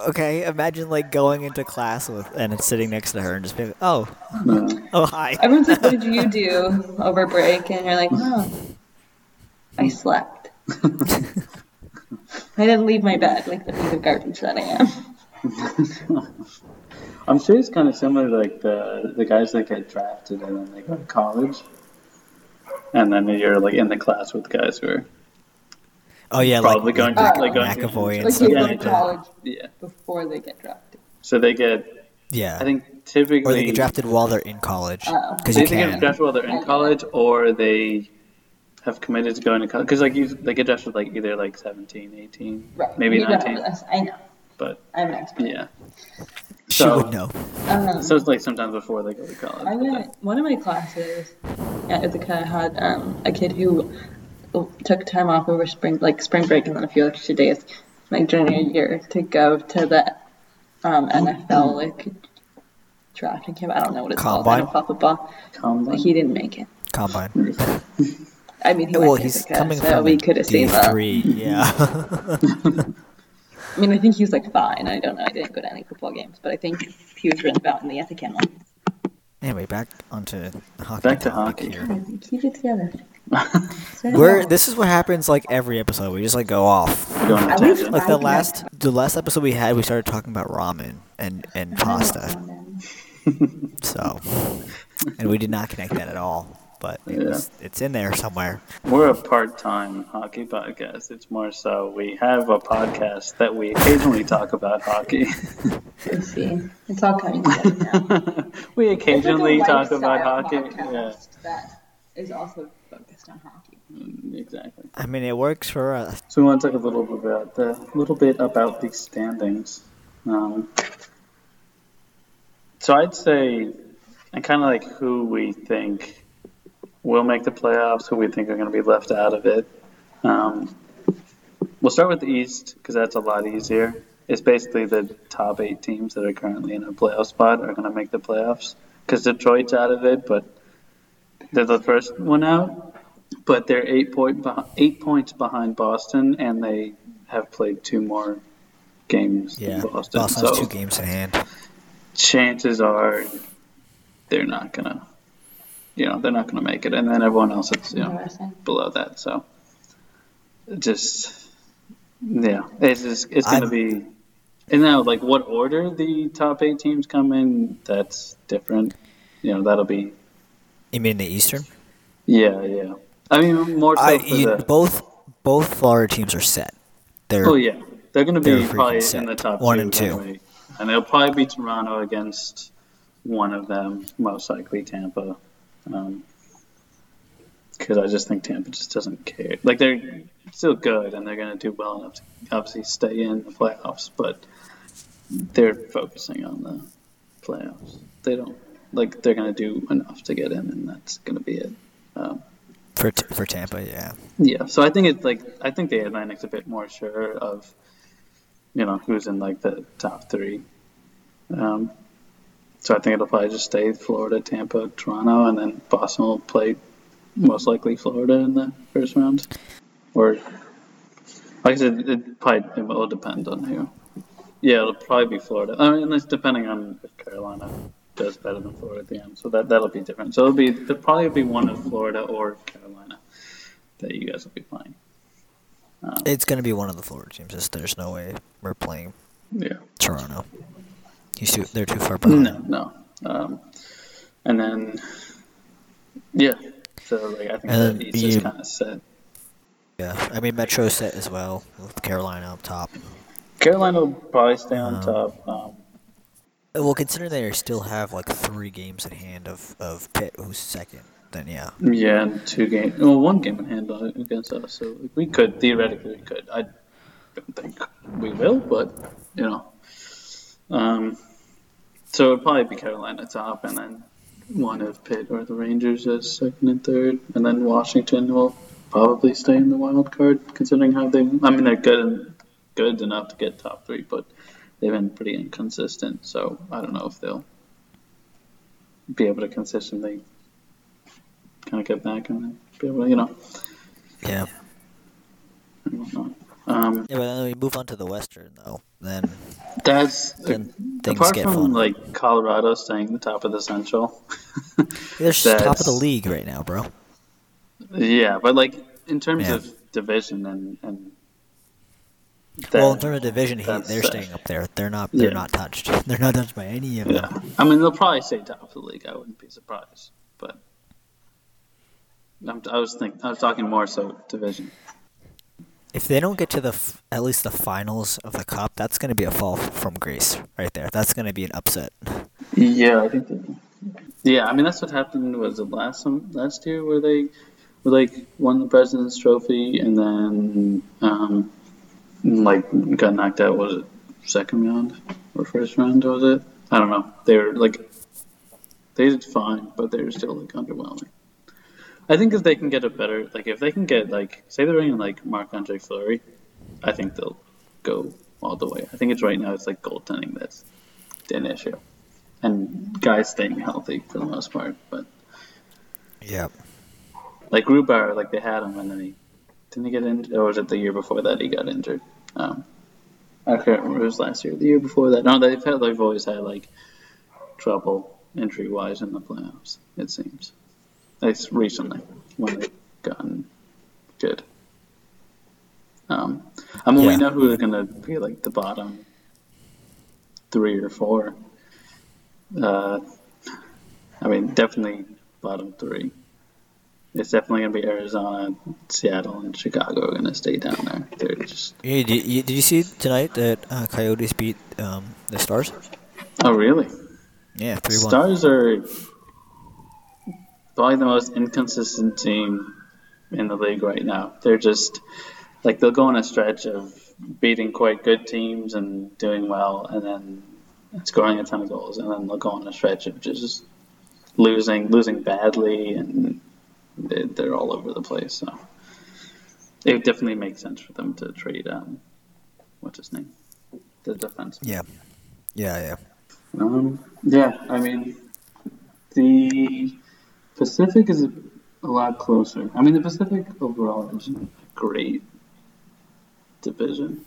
[SPEAKER 1] Okay, imagine like going into class with and it's sitting next to her and just being, like, oh,
[SPEAKER 3] Yeah.
[SPEAKER 1] oh, hi.
[SPEAKER 2] Everyone's like, what did you do over break? And you're like, oh, I slept. I didn't leave my bed like the piece of garbage that I am.
[SPEAKER 3] I'm sure it's kind of similar to like the the guys that get drafted and then they go to college, and then you're like in the class with guys who are
[SPEAKER 1] Oh yeah, like,
[SPEAKER 3] probably going to
[SPEAKER 2] like
[SPEAKER 3] like going
[SPEAKER 1] McAvoy
[SPEAKER 3] to,
[SPEAKER 1] and
[SPEAKER 2] Like
[SPEAKER 1] stuff
[SPEAKER 2] you go
[SPEAKER 3] yeah,
[SPEAKER 2] to
[SPEAKER 1] like that.
[SPEAKER 2] college
[SPEAKER 3] yeah.
[SPEAKER 2] before they get drafted.
[SPEAKER 3] So they get I
[SPEAKER 1] Yeah,
[SPEAKER 3] think typically
[SPEAKER 1] or they get drafted while they're in college because
[SPEAKER 3] they
[SPEAKER 1] you
[SPEAKER 3] either get
[SPEAKER 1] can.
[SPEAKER 3] drafted while they're
[SPEAKER 2] uh,
[SPEAKER 3] in college or they have committed to going to college because like you they get drafted like either like 17, 18,
[SPEAKER 2] Right.
[SPEAKER 3] maybe
[SPEAKER 2] You went over
[SPEAKER 3] 19,
[SPEAKER 2] this. I know.
[SPEAKER 3] but
[SPEAKER 2] I'm an expert.
[SPEAKER 3] yeah.
[SPEAKER 1] She
[SPEAKER 3] So-
[SPEAKER 1] would know.
[SPEAKER 2] Um,
[SPEAKER 3] So it's like sometimes before they go to college.
[SPEAKER 2] I
[SPEAKER 3] but then-
[SPEAKER 2] went one of my classes at Ithaca had um, a kid who took time off over spring like spring break and then a few extra days my junior year to go to the um, NFL like drafting camp. I don't know what it's
[SPEAKER 1] Mm-hmm. Combine?
[SPEAKER 2] called. NFL football.
[SPEAKER 3] Combine.
[SPEAKER 2] But he didn't make it.
[SPEAKER 1] Combine.
[SPEAKER 2] I mean, he
[SPEAKER 1] Well,
[SPEAKER 2] went to
[SPEAKER 1] he's
[SPEAKER 2] Ithaca,
[SPEAKER 1] coming
[SPEAKER 2] so
[SPEAKER 1] from
[SPEAKER 2] we could have seen that.
[SPEAKER 1] D3. Yeah.
[SPEAKER 2] I mean, I think he was like fine. I don't know. I didn't go to any football games, but I think he was written about in the Ithaca one.
[SPEAKER 1] anyway, back onto hockey.
[SPEAKER 3] Back to
[SPEAKER 1] topic
[SPEAKER 3] hockey.
[SPEAKER 1] Here.
[SPEAKER 2] Keep it together. Sorry.
[SPEAKER 1] We're this is what happens like every episode. We just like go off.
[SPEAKER 3] Go on a
[SPEAKER 2] I was-
[SPEAKER 3] tangent.
[SPEAKER 1] Like the
[SPEAKER 2] I-
[SPEAKER 1] last the last episode we had, we started talking about ramen and and pasta. So, and we did not connect that at all. But it was, it's in there somewhere.
[SPEAKER 3] We're a part-time hockey podcast. It's more so we have a podcast that we occasionally talk about hockey.
[SPEAKER 2] I see. It's all coming together now.
[SPEAKER 3] we occasionally
[SPEAKER 2] It's like a
[SPEAKER 3] talk
[SPEAKER 2] lifestyle
[SPEAKER 3] about hockey. Yeah,
[SPEAKER 2] podcast That is also focused on hockey.
[SPEAKER 3] exactly.
[SPEAKER 1] I mean, it works for uh, us.
[SPEAKER 3] So we want to talk a little bit about the little bit about the standings. Um, so I'd say and kind of like who we think will make the playoffs, who we think are going to be left out of it. Um, we'll start with the East because that's a lot easier. It's basically the top eight teams that are currently in a playoff spot are going to make the playoffs because Detroit's out of it, but they're the first one out. But they're eight point beh- eight points behind Boston, and they have played two more games
[SPEAKER 1] Yeah,
[SPEAKER 3] than Boston.
[SPEAKER 1] Boston has
[SPEAKER 3] so
[SPEAKER 1] two games in hand.
[SPEAKER 3] chances are they're not gonna, you know, they're not gonna make it, and then everyone else is you know
[SPEAKER 2] Embarrassing.
[SPEAKER 3] below that. So just yeah, it's just, it's gonna
[SPEAKER 1] I'm-
[SPEAKER 3] be. And now, like, what order the top eight teams come in? That's different. You know, that'll be
[SPEAKER 1] You mean the Eastern?
[SPEAKER 3] yeah, yeah. I mean, more so
[SPEAKER 1] I,
[SPEAKER 3] for
[SPEAKER 1] you,
[SPEAKER 3] the
[SPEAKER 1] both both Florida teams are set. They're
[SPEAKER 3] oh yeah, they're gonna be
[SPEAKER 1] they're freaking
[SPEAKER 3] probably in
[SPEAKER 1] set.
[SPEAKER 3] the top
[SPEAKER 1] One
[SPEAKER 3] two,
[SPEAKER 1] and two.
[SPEAKER 3] anyway. and they'll probably be Toronto against one of them, most likely Tampa. Um 'cause because I just think Tampa just doesn't care. Like they're still good, and they're gonna do well enough to obviously stay in the playoffs, but they're focusing on the playoffs. They don't like they're gonna do enough to get in, and that's gonna be it. Um,
[SPEAKER 1] for t- for Tampa. Yeah,
[SPEAKER 3] yeah, so I think it's like I think the Atlantic's a bit more sure of, you know, who's in like the top three. Um, so I think it'll probably just stay Florida, Tampa, Toronto, and then Boston will play most likely Florida in the first round. Or like I said, it probably it will depend on who. Yeah, it'll probably be Florida. I mean, unless depending on if Carolina does better than Florida at the end, so that that'll be different. So it'll be it'll probably be one of Florida or Carolina that you guys will be playing.
[SPEAKER 1] it's gonna be one of the Florida teams. There's- There's no way we're playing
[SPEAKER 3] Yeah.
[SPEAKER 1] Toronto. He's too, they're too far behind.
[SPEAKER 3] No. Um, and then, yeah. So like I think
[SPEAKER 1] And
[SPEAKER 3] the East
[SPEAKER 1] you-
[SPEAKER 3] is kind of set.
[SPEAKER 1] Yeah, I mean Metro's set as well with Carolina up top.
[SPEAKER 3] Carolina will probably stay on
[SPEAKER 1] Um,
[SPEAKER 3] top. Um,
[SPEAKER 1] Uh, Well, considering they still have like three games in hand of of Pitt, who's second. Then yeah,
[SPEAKER 3] yeah, and two game. Well, one game in hand on- against us. So like, we could theoretically we could. I don't think we will, but you know. Um, so it'd probably be Carolina top, and then one of Pitt or the Rangers as second and third, and then Washington will probably stay in the wild card, considering how they. I mean, they're good, good enough to get top three, but they've been pretty inconsistent. So I don't know if they'll be able to consistently kind of get back and be able to, you know,
[SPEAKER 1] yeah.
[SPEAKER 3] and whatnot. Um,
[SPEAKER 1] Yeah, but then we move on to the Western though. Then
[SPEAKER 3] that's
[SPEAKER 1] then things
[SPEAKER 3] apart
[SPEAKER 1] get
[SPEAKER 3] from
[SPEAKER 1] fun.
[SPEAKER 3] like Colorado staying the top of the Central.
[SPEAKER 1] They're s- top of the
[SPEAKER 3] that's-
[SPEAKER 1] league right now, bro.
[SPEAKER 3] Yeah, but like in terms
[SPEAKER 1] Yeah.
[SPEAKER 3] of division and and
[SPEAKER 1] well, in
[SPEAKER 3] that-
[SPEAKER 1] terms of division, he,
[SPEAKER 3] that's
[SPEAKER 1] they're
[SPEAKER 3] sad.
[SPEAKER 1] staying up there. They're not. They're
[SPEAKER 3] Yeah.
[SPEAKER 1] not touched. They're not touched by any of
[SPEAKER 3] yeah,
[SPEAKER 1] them.
[SPEAKER 3] I mean they'll probably stay top of the league. I wouldn't be surprised, but I'm, I was think I was talking more so division.
[SPEAKER 1] If they don't get to the f- at least the finals of the cup, that's going to be a fall f- from grace right there. That's going to be an upset.
[SPEAKER 3] Yeah, I think. That, yeah, I mean that's what happened. Was it last some last year where they were like won the President's Trophy and then um, like got knocked out? Was it second round or first round? Was it? I don't know. They were like they did fine, but they were still like underwhelming. I think if they can get a better, like if they can get like say they're in like Marc Andre Fleury, I think they'll go all the way. I think it's right now it's like goaltending that's an issue and guys staying healthy for the most part. But
[SPEAKER 1] Yep.
[SPEAKER 3] like Grubauer, like they had him, and then he didn't he get injured, or was it the year before that he got injured? Um, I can't remember. It was last year, the year before that. No, they've had they've always had like trouble injury wise in the playoffs. It seems. It's recently when they've gotten good. Um, I mean, we
[SPEAKER 1] Yeah.
[SPEAKER 3] know who are going to be like the bottom three or four. Uh, I mean, definitely bottom three. It's definitely going to be Arizona, Seattle, and Chicago are going to stay down there. They're just.
[SPEAKER 1] Yeah, did, you, did you see tonight that uh, Coyotes beat um, the Stars?
[SPEAKER 3] Oh, really?
[SPEAKER 1] Yeah, three one.
[SPEAKER 3] Stars are probably the most inconsistent team in the league right now. They're just like they'll go on a stretch of beating quite good teams and doing well, and then scoring a ton of goals, and then they'll go on a stretch of just losing losing badly, and they, they're all over the place. So it would definitely makes sense for them to trade. Um, what's his name? The defense.
[SPEAKER 1] Yeah. Yeah, yeah.
[SPEAKER 3] Um, yeah, I mean, the Pacific is a lot closer. I mean, the Pacific overall is a great division.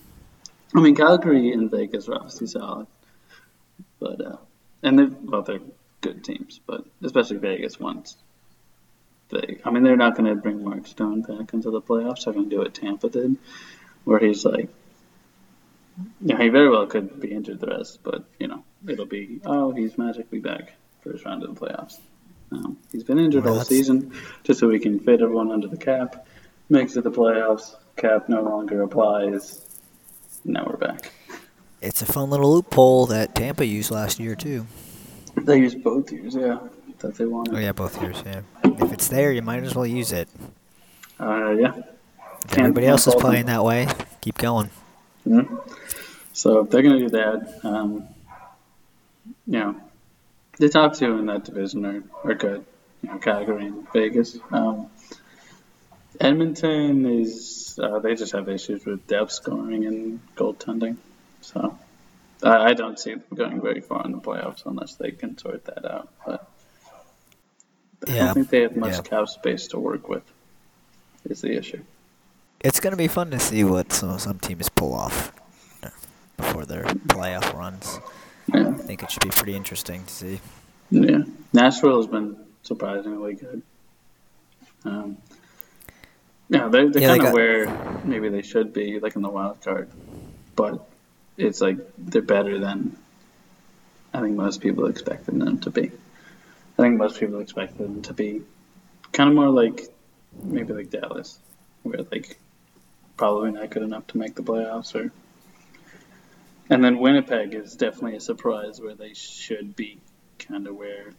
[SPEAKER 3] I mean, Calgary and Vegas are obviously solid, but uh, and they well, they're good teams, but especially Vegas once. They, I mean, they're not going to bring Mark Stone back into the playoffs. They're going to do what Tampa did, where he's like yeah, he very well could be injured the rest, but you know it'll be oh he's magically back first round of the playoffs. Um, he's been injured
[SPEAKER 1] Well,
[SPEAKER 3] all
[SPEAKER 1] that's-
[SPEAKER 3] season, just so we can fit everyone under the cap. Makes it the playoffs. Cap no longer applies. Now we're back.
[SPEAKER 1] It's a fun little loophole that Tampa used last year too.
[SPEAKER 3] They used both years, yeah, that they wanted.
[SPEAKER 1] Oh yeah, both years. Yeah. If it's there, you might as well use it.
[SPEAKER 3] Uh, yeah.
[SPEAKER 1] If everybody else is
[SPEAKER 3] fault them.
[SPEAKER 1] playing that way. Keep going.
[SPEAKER 3] Mhm. So if they're going to do that, um, you know, the top two in that division are, are good. You know, Calgary and Vegas. Um, Edmonton is uh, they just have issues with depth scoring and goaltending, so I, I don't see them going very far in the playoffs unless they can sort that out. But I
[SPEAKER 1] Yeah.
[SPEAKER 3] don't think they have much
[SPEAKER 1] Yeah.
[SPEAKER 3] cap space to work with. Is the issue?
[SPEAKER 1] It's gonna be fun to see what some, some teams pull off uh, before their playoff runs.
[SPEAKER 3] Yeah.
[SPEAKER 1] I think it should be pretty interesting to see.
[SPEAKER 3] Yeah, Nashville has been surprisingly good. Um, yeah, they're, they're
[SPEAKER 1] Yeah, they
[SPEAKER 3] kind of
[SPEAKER 1] got-
[SPEAKER 3] where maybe they should be, like in the wild card, but it's like they're better than I think most people expected them to be. I think most people expected them to be kind of more like maybe like Dallas, where like probably not good enough to make the playoffs or. And then Winnipeg is definitely a surprise where they should be kind of where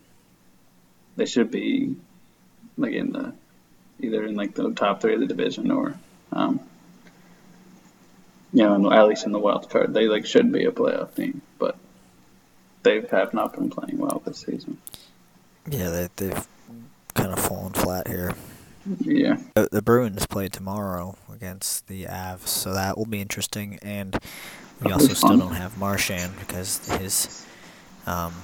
[SPEAKER 3] they should be like in the either in like the top three of the division or um you know in- at least in the wild card they like should be a playoff team but they have not been playing well this season
[SPEAKER 1] Yeah, they, they've kind of fallen flat here.
[SPEAKER 3] yeah
[SPEAKER 1] Uh, The, the Bruins play tomorrow against the Avs, so that will be interesting. And we
[SPEAKER 3] That'll
[SPEAKER 1] also
[SPEAKER 3] be
[SPEAKER 1] still
[SPEAKER 3] fun.
[SPEAKER 1] don't have Marshan because his um,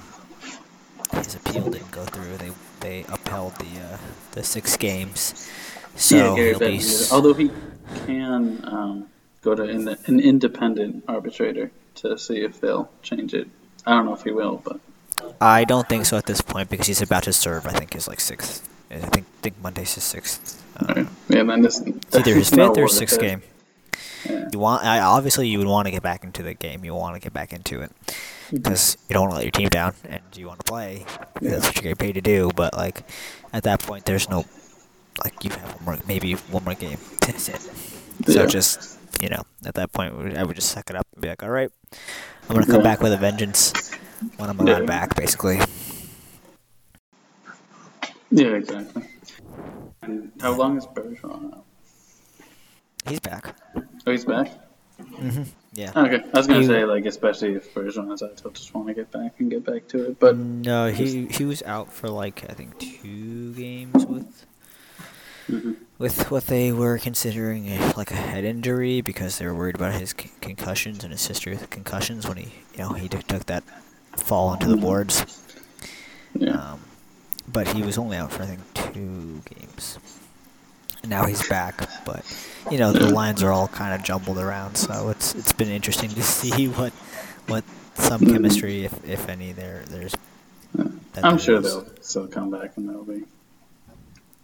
[SPEAKER 1] his appeal didn't go through. They they upheld the uh, the six games, so
[SPEAKER 3] yeah Gary
[SPEAKER 1] he'll be
[SPEAKER 3] Bettman is-
[SPEAKER 1] s-
[SPEAKER 3] although he can um go to an, an independent arbitrator to see if they'll change it I don't know if he will but
[SPEAKER 1] I don't think so at this point because he's about to serve. I think his like sixth. I think think Monday's his sixth. Uh,
[SPEAKER 3] yeah man this
[SPEAKER 1] it's either his
[SPEAKER 3] no
[SPEAKER 1] fifth or
[SPEAKER 3] word
[SPEAKER 1] sixth
[SPEAKER 3] there.
[SPEAKER 1] game. You want I, obviously you would want to get back into the game. You want to get back into it
[SPEAKER 3] Mm-hmm.
[SPEAKER 1] because you don't want to let your team down and you want to play. That's what you get paid to do. But like at that point, there's no like you have one more, maybe one more game. That's it. So
[SPEAKER 3] Yeah.
[SPEAKER 1] just you know at that point we- I would just suck it up and be like, all right, I'm gonna come
[SPEAKER 3] Yeah.
[SPEAKER 1] back with a vengeance when I'm allowed
[SPEAKER 3] Yeah.
[SPEAKER 1] back, basically.
[SPEAKER 3] Yeah, exactly. And how long is Bergeron out?
[SPEAKER 1] He's back.
[SPEAKER 3] Oh, he's back? Oh,
[SPEAKER 1] Yeah.
[SPEAKER 3] Okay. I was going
[SPEAKER 1] He-
[SPEAKER 3] to say, like, especially if Bergeron is out, he'll just want to get back and get back to it. But,
[SPEAKER 1] No, he he was out for like I think two games with with what they were considering a, like a head injury because they were worried about his con- concussions and his history with concussions when he you know he took- took that fall onto the boards.
[SPEAKER 3] yeah.
[SPEAKER 1] Um, but he was only out for I think two games. And now he's back, but you know the lines are all kind of jumbled around, so it's it's been interesting to see what what some chemistry, if if any, there there's. that
[SPEAKER 3] I'm
[SPEAKER 1] there
[SPEAKER 3] sure
[SPEAKER 1] is.
[SPEAKER 3] they'll still come back and they'll be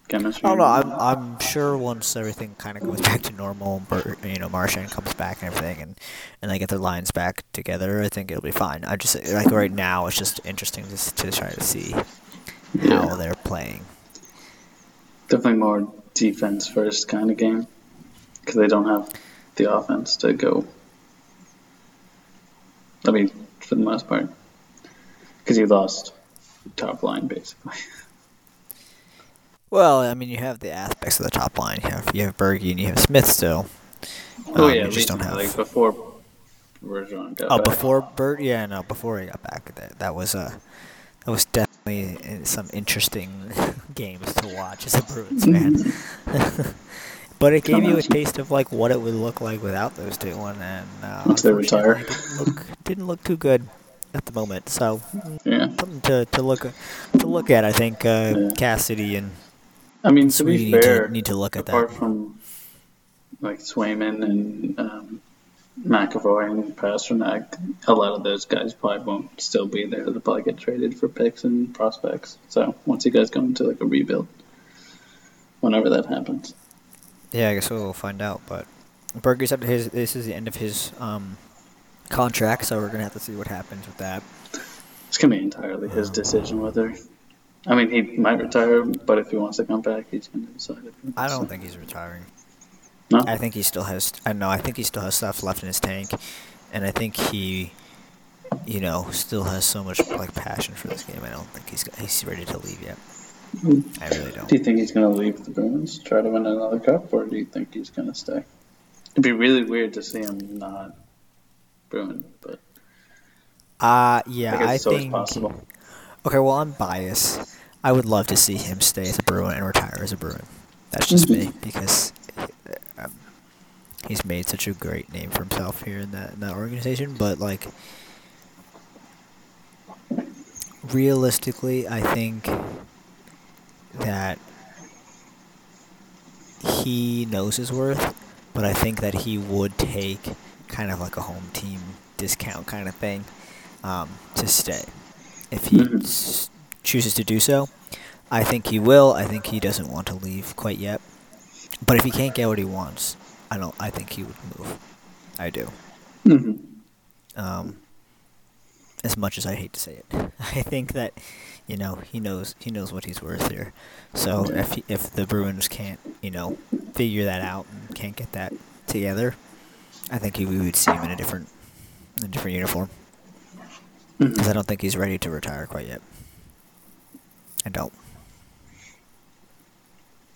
[SPEAKER 3] chemistry.
[SPEAKER 1] Oh no, I'm I'm sure once everything kind of goes back to normal, Bert, you know, Martian comes back and everything, and and they get their lines back together, I think it'll be fine. I just like right now, it's just interesting to s- to try to see how
[SPEAKER 3] Yeah.
[SPEAKER 1] they're playing.
[SPEAKER 3] Definitely more defense first kind of game because they don't have the offense to go. I mean, for the most part. Because you lost top line, basically.
[SPEAKER 1] Well, I mean, you have the aspects of the top line. You have you have Bergie and you have Smith still.
[SPEAKER 3] Oh
[SPEAKER 1] Um,
[SPEAKER 3] yeah,
[SPEAKER 1] you just don't
[SPEAKER 3] recently,
[SPEAKER 1] have.
[SPEAKER 3] like before Bergeron got
[SPEAKER 1] Oh,
[SPEAKER 3] back.
[SPEAKER 1] before Bert, yeah, no, before he got back, that that was uh, That was definitely uh, some interesting games to watch as a Bruins fan. but it gave
[SPEAKER 3] Come
[SPEAKER 1] you a
[SPEAKER 3] on.
[SPEAKER 1] taste of like what it would look like without those two, and uh,
[SPEAKER 3] Once they
[SPEAKER 1] unfortunately,
[SPEAKER 3] retire.
[SPEAKER 1] it didn't look, didn't look too good at the moment. So
[SPEAKER 3] Yeah.
[SPEAKER 1] something to, to look to look at. I think uh,
[SPEAKER 3] Yeah.
[SPEAKER 1] Cassidy and
[SPEAKER 3] I mean, to
[SPEAKER 1] Sweeney
[SPEAKER 3] be
[SPEAKER 1] need
[SPEAKER 3] fair,
[SPEAKER 1] to, need to look at that.
[SPEAKER 3] apart from like Swayman and um, McAvoy and Pasternak, a lot of those guys probably won't still be there. They'll probably get traded for picks and prospects. So once you guys go into like a rebuild, whenever that happens,
[SPEAKER 1] Yeah, I guess we'll find out. But Berger's up to his. This is the end of his um, contract, so we're gonna have to see what happens with that.
[SPEAKER 3] it's gonna be entirely
[SPEAKER 1] Oh.
[SPEAKER 3] his decision whether. I mean, he might retire, but if he wants to come back, he's gonna decide. If he
[SPEAKER 1] I
[SPEAKER 3] wants
[SPEAKER 1] don't
[SPEAKER 3] to.
[SPEAKER 1] think he's retiring.
[SPEAKER 3] No?
[SPEAKER 1] I think he still has. I know. I think he still has stuff left in his tank, and I think he, you know, still has so much like passion for this game. I don't think he's he's ready to leave yet. I really don't.
[SPEAKER 3] Do you think he's going to leave the Bruins, try to win another cup, or do you think he's going to stay? It'd be really weird to see him not Bruin, but
[SPEAKER 1] Uh
[SPEAKER 3] I
[SPEAKER 1] yeah,
[SPEAKER 3] guess
[SPEAKER 1] I
[SPEAKER 3] it's always
[SPEAKER 1] think.
[SPEAKER 3] possible.
[SPEAKER 1] Okay, well, I'm biased. I would love to see him stay as a Bruin and retire as a Bruin. That's just me because um, he's made such a great name for himself here in that in that organization. But like, realistically, I think that he knows his worth, but I think that he would take kind of like a home team discount kind of thing um, to stay if he
[SPEAKER 3] Mhm.
[SPEAKER 1] s- chooses to do so. I think he will. I think he doesn't want to leave quite yet. But if he can't get what he wants, I don't. I think he would move. I do.
[SPEAKER 3] hmm
[SPEAKER 1] Um, as much as I hate to say it, I think that you know he knows he knows what he's worth here. So
[SPEAKER 3] Yeah.
[SPEAKER 1] if he, if the Bruins can't you know figure that out and can't get that together, I think he, we would see him in a different in a different uniform because I don't think he's ready to retire quite yet. I don't.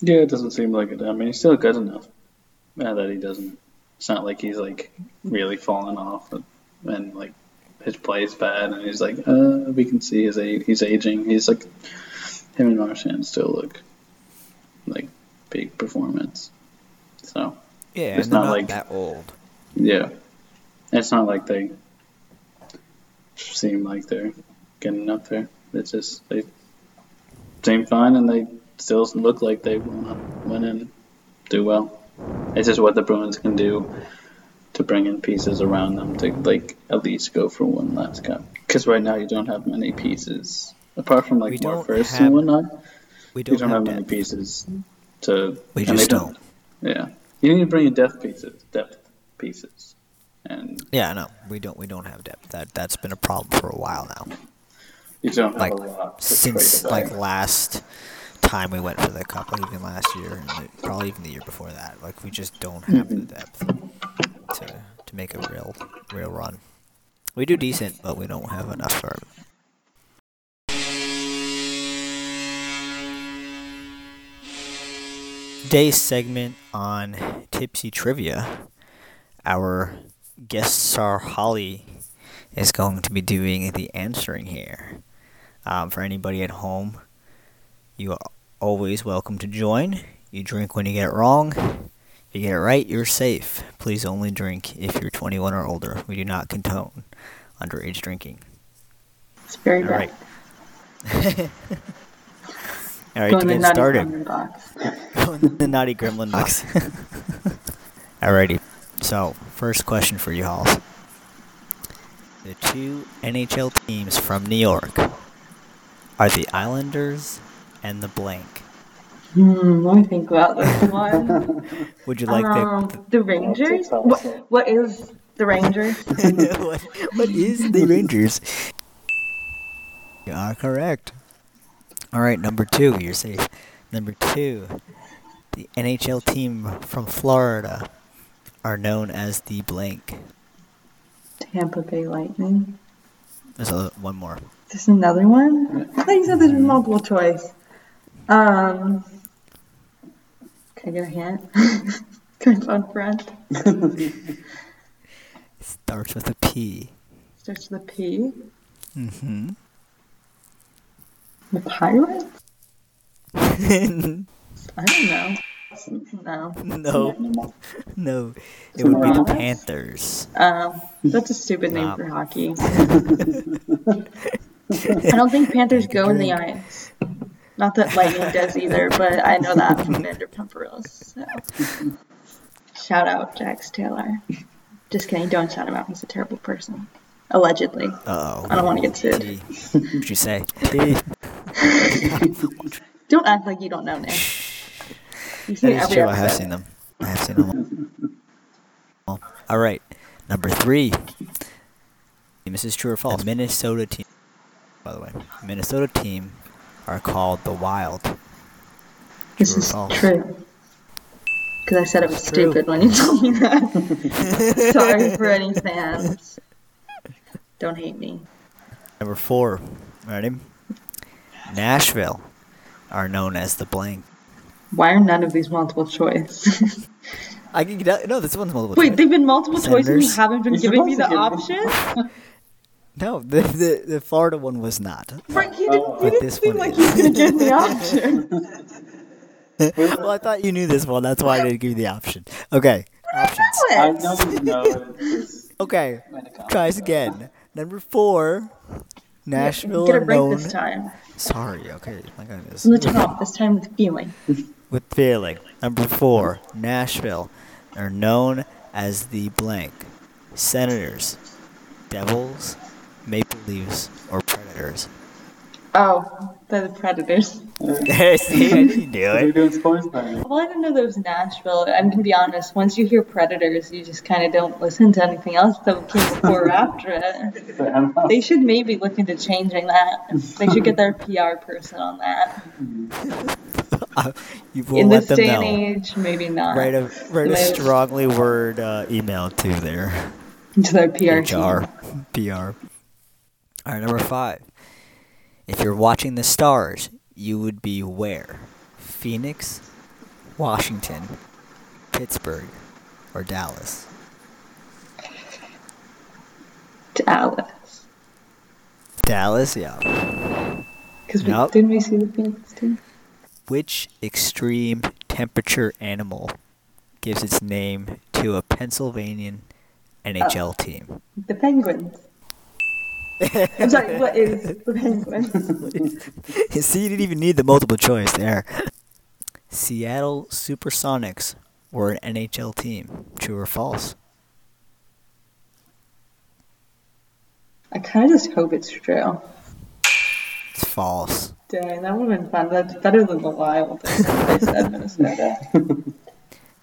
[SPEAKER 3] Yeah, it doesn't seem like it. I mean, he's still good enough uh, that he doesn't. It's not like he's like really fallen off and like his play's bad, and he's like uh, we can see his a- he's aging. He's like him and Marchand still look like peak performance. So.
[SPEAKER 1] Yeah,
[SPEAKER 3] It's
[SPEAKER 1] and they're
[SPEAKER 3] not
[SPEAKER 1] not
[SPEAKER 3] like-
[SPEAKER 1] that old.
[SPEAKER 3] Yeah. It's not like they seem like they're getting up there. It's just they seem fine and they still look like they want to win and do well. It's just what the Bruins can do to bring in pieces around them to like at least go for one last cup. Because right now you don't have many pieces apart from
[SPEAKER 1] We
[SPEAKER 3] like
[SPEAKER 1] don't
[SPEAKER 3] Mark First
[SPEAKER 1] have-
[SPEAKER 3] and whatnot.
[SPEAKER 1] We don't,
[SPEAKER 3] You don't
[SPEAKER 1] have,
[SPEAKER 3] have many
[SPEAKER 1] depth.
[SPEAKER 3] pieces to.
[SPEAKER 1] We
[SPEAKER 3] and they
[SPEAKER 1] just don't.
[SPEAKER 3] Yeah, you need to bring in depth pieces. Depth pieces, and
[SPEAKER 1] Yeah, no, we don't. We don't have depth. That that's been a problem for a while now.
[SPEAKER 3] you don't have
[SPEAKER 1] Like
[SPEAKER 3] a lot to
[SPEAKER 1] since
[SPEAKER 3] trade away.
[SPEAKER 1] like last time we went for the cup, like even last year, and the- probably even the year before that. Like we just don't have the
[SPEAKER 3] Mm-hmm.
[SPEAKER 1] depth to to make a real real run. We do decent, but we don't have enough for it. Today's segment on Tipsy Trivia, our guest star Holly is going to be doing the answering here. Um, for anybody at home, you are always welcome to join. You drink when you get it wrong. If you get it right, you're safe. Please only drink if you're 21 or older. We do not condone underage drinking.
[SPEAKER 2] It's very
[SPEAKER 1] All
[SPEAKER 2] bad.
[SPEAKER 1] right. All right,
[SPEAKER 2] Going
[SPEAKER 1] to
[SPEAKER 2] to
[SPEAKER 1] get
[SPEAKER 2] Nutty
[SPEAKER 1] started.
[SPEAKER 2] Lemon Box.
[SPEAKER 1] the naughty gremlin box. Alrighty. So, first question for you, Halls. The two NHL teams from New York are the Islanders and the blank.
[SPEAKER 2] Hmm, let me think about this one.
[SPEAKER 1] Would you like
[SPEAKER 2] um, the Rangers?
[SPEAKER 3] That's a tough
[SPEAKER 2] What,
[SPEAKER 3] one.
[SPEAKER 2] what is the Rangers?
[SPEAKER 1] the. what, what is the Rangers? You are correct. Alright, number two. You're safe. Number two. The NHL team from Florida are known as the blank.
[SPEAKER 2] Tampa Bay Lightning.
[SPEAKER 1] There's a, one more.
[SPEAKER 2] There's another one? I thought you said there's multiple choice. Um, can I get a hint? Turns on front.
[SPEAKER 1] Starts with a P.
[SPEAKER 2] Starts with a P.
[SPEAKER 1] Mm-hmm.
[SPEAKER 2] The pirates?
[SPEAKER 1] no,
[SPEAKER 2] I don't know. No.
[SPEAKER 3] Animal.
[SPEAKER 1] no, it would be the Panthers.
[SPEAKER 2] Um, that's a stupid name
[SPEAKER 1] Nah.
[SPEAKER 2] for hockey. I don't think Panthers go in the ice. Not that Lightning does either, but I know that from Vanderpump Rules. So. Shout out Jax Taylor. Just kidding, don't shout him out. He's a terrible person. Allegedly.
[SPEAKER 1] Uh oh.
[SPEAKER 2] I don't want to get sued.
[SPEAKER 1] What'd you say? Dee.
[SPEAKER 2] Don't act like you don't know Nick. You see
[SPEAKER 1] That is
[SPEAKER 2] every
[SPEAKER 1] true. I have
[SPEAKER 2] episode.
[SPEAKER 1] seen them. I have seen them. All, all right, number three. This is true or false. The Minnesota team. By the way, Minnesota team are called the Wild.
[SPEAKER 2] This
[SPEAKER 1] True or
[SPEAKER 2] is
[SPEAKER 1] false?
[SPEAKER 2] true. Because I said it was
[SPEAKER 1] It's true.
[SPEAKER 2] stupid when you told me that. Sorry for any fans. Don't hate me.
[SPEAKER 1] Number four. Ready? Nashville are known as the blank.
[SPEAKER 2] Why are none of these multiple choice?
[SPEAKER 1] I can get out. No, this one's multiple.
[SPEAKER 2] Wait,
[SPEAKER 1] choice.
[SPEAKER 2] they've been multiple choice and you
[SPEAKER 1] Sanders?
[SPEAKER 2] haven't been
[SPEAKER 3] You're
[SPEAKER 2] giving me the
[SPEAKER 3] supposed to
[SPEAKER 2] option?
[SPEAKER 1] no, the, the the Florida one was not.
[SPEAKER 2] Frank, you didn't,
[SPEAKER 1] But
[SPEAKER 2] you didn't
[SPEAKER 1] this
[SPEAKER 2] seem
[SPEAKER 1] one
[SPEAKER 2] like
[SPEAKER 1] is.
[SPEAKER 2] you could give me the option.
[SPEAKER 1] well, I thought you knew this one. That's why I didn't give you the option. Okay. Options.
[SPEAKER 3] I
[SPEAKER 2] Alex,
[SPEAKER 3] know you know it. It's
[SPEAKER 1] Okay.
[SPEAKER 3] meant to come.
[SPEAKER 1] Tries again. Number four. Nashville
[SPEAKER 2] Get a
[SPEAKER 1] are
[SPEAKER 2] break
[SPEAKER 1] known.
[SPEAKER 2] this time.
[SPEAKER 1] Sorry. Okay. My God, this-
[SPEAKER 2] From the top, this time with feeling.
[SPEAKER 1] With feeling. Number four. Nashville are known as the blank. Senators, Devils, Maple Leafs, or Predators.
[SPEAKER 2] Oh, they're the Predators.
[SPEAKER 1] See, I didn't do
[SPEAKER 3] They're
[SPEAKER 1] it.
[SPEAKER 3] doing sports betting.
[SPEAKER 2] Well, I didn't know there was Nashville. I'm gonna be honest. Once you hear Predators, you just kind of don't listen to anything else that came before or after it.
[SPEAKER 3] But I'm not-
[SPEAKER 2] They should maybe look into changing that. They should get their PR person on that.
[SPEAKER 1] You
[SPEAKER 2] In
[SPEAKER 1] will let
[SPEAKER 2] this
[SPEAKER 1] them
[SPEAKER 2] day
[SPEAKER 1] know.
[SPEAKER 2] and age, maybe not.
[SPEAKER 1] Write a write a
[SPEAKER 2] Maybe-
[SPEAKER 1] strongly word uh, email to their
[SPEAKER 2] to their PR
[SPEAKER 1] HR PR. All right, number five. If you're watching the stars, you would be where? Phoenix, Washington, Pittsburgh, or Dallas?
[SPEAKER 2] to Alice.
[SPEAKER 1] Dallas, yeah.
[SPEAKER 2] Because
[SPEAKER 1] Nope.
[SPEAKER 2] didn't we see the Phoenix too?
[SPEAKER 1] Which extreme temperature animal gives its name to a Pennsylvanian NHL team?
[SPEAKER 2] The Penguins. I'm sorry. What is the Penguins?
[SPEAKER 1] See, you didn't even need the multiple choice there. Seattle Supersonics were an NHL team. True or false?
[SPEAKER 2] I kind of just hope it's true.
[SPEAKER 1] It's false.
[SPEAKER 2] Dang, that would have been fun. That's better than the Wild. They said Minnesota.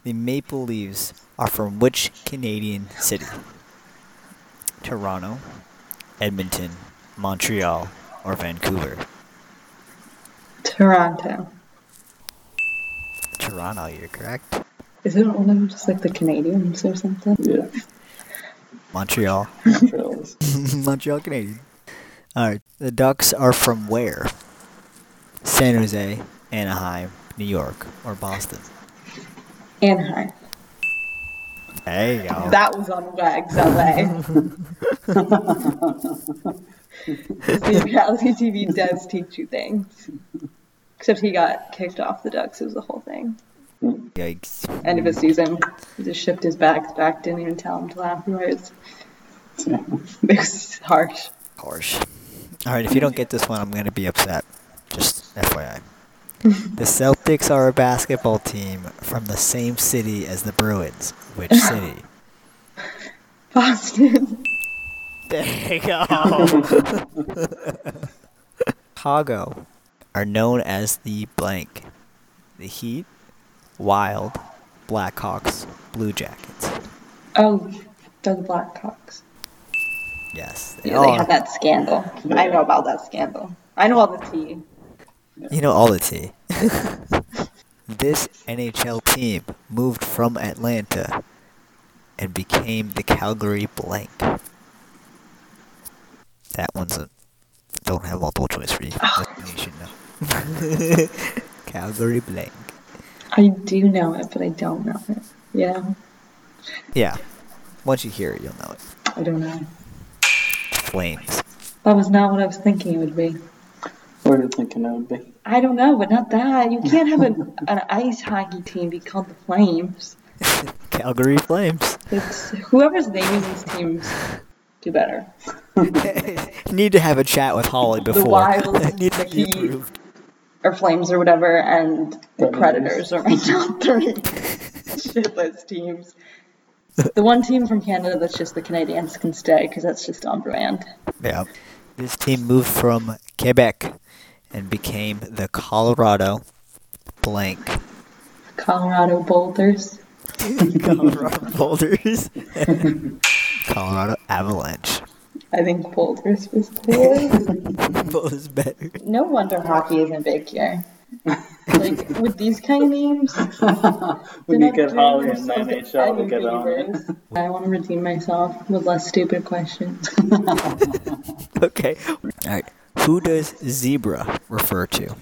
[SPEAKER 1] The Maple Leaves are from which Canadian city? Toronto, Edmonton, Montreal, or Vancouver?
[SPEAKER 2] Toronto.
[SPEAKER 1] Toronto, you're correct.
[SPEAKER 2] Isn't one of them just like the Canadians or something?
[SPEAKER 3] Yeah,
[SPEAKER 1] Montreal.
[SPEAKER 3] trails.
[SPEAKER 1] Montreal Canadian. All right. The Ducks are from where? San Jose, Anaheim, New York, or Boston?
[SPEAKER 2] Anaheim.
[SPEAKER 1] There you go.
[SPEAKER 2] That was on Wags LA. See, reality TV does teach you things. Except he got kicked off the Ducks. It was the whole thing.
[SPEAKER 1] Yikes.
[SPEAKER 2] End of his season. He just shipped his bags back. Didn't even tell him till afterwards. It was harsh.
[SPEAKER 1] Harsh. All right. If you don't get this one, I'm going to be upset. Just FYI. the Celtics are a basketball team from the same city as the Bruins. Which city?
[SPEAKER 2] Boston.
[SPEAKER 1] There you go. Chicago are known as the blank, the Heat, Wild, Blackhawks, Blue Jackets.
[SPEAKER 2] Oh, the Blackhawks.
[SPEAKER 1] Yes, they
[SPEAKER 2] Yeah, they
[SPEAKER 1] are.
[SPEAKER 2] had that scandal. I know about that scandal. I know all the tea.
[SPEAKER 1] You know all the tea. this NHL team moved from Atlanta and became the Calgary blank. That one's a don't have multiple choice for you. That's- you should know. Calgary blank.
[SPEAKER 2] I do know it, but I don't know it. Yeah,
[SPEAKER 1] Yeah. Once you hear it, you'll know it.
[SPEAKER 2] I don't know.
[SPEAKER 1] Flames.
[SPEAKER 2] That was not what I was thinking it would be.
[SPEAKER 3] What are you thinking it would be?
[SPEAKER 2] I don't know, but not that. You can't have an, an ice hockey team be called the Flames.
[SPEAKER 1] Calgary Flames.
[SPEAKER 2] It's whoever's naming these teams do better.
[SPEAKER 1] Need to have a chat with Holly
[SPEAKER 2] The
[SPEAKER 1] before.
[SPEAKER 2] Wild,
[SPEAKER 1] Need to
[SPEAKER 2] the
[SPEAKER 1] be
[SPEAKER 2] Heat.
[SPEAKER 1] approved.
[SPEAKER 2] Or Flames or whatever, and the
[SPEAKER 3] Predators.
[SPEAKER 2] Predators are my top three shitless teams. The one team from Canada that's just the Canadians can stay because that's just on brand.
[SPEAKER 1] Yeah. This team moved from Quebec and became the Colorado blank
[SPEAKER 2] Colorado Boulders.
[SPEAKER 1] Colorado Boulders. Colorado Avalanche.
[SPEAKER 2] I think Boulders was cool.
[SPEAKER 1] Boulders better.
[SPEAKER 2] no wonder hockey isn't big here. Like with these kind of names,
[SPEAKER 3] We
[SPEAKER 2] they're
[SPEAKER 3] need to get
[SPEAKER 2] not
[SPEAKER 3] Holly
[SPEAKER 2] doing
[SPEAKER 3] and
[SPEAKER 2] themselves
[SPEAKER 3] NHL to
[SPEAKER 2] any
[SPEAKER 3] get on it.
[SPEAKER 2] favors. I want to redeem myself with less stupid questions.
[SPEAKER 1] Okay. All right. Who does zebra refer to?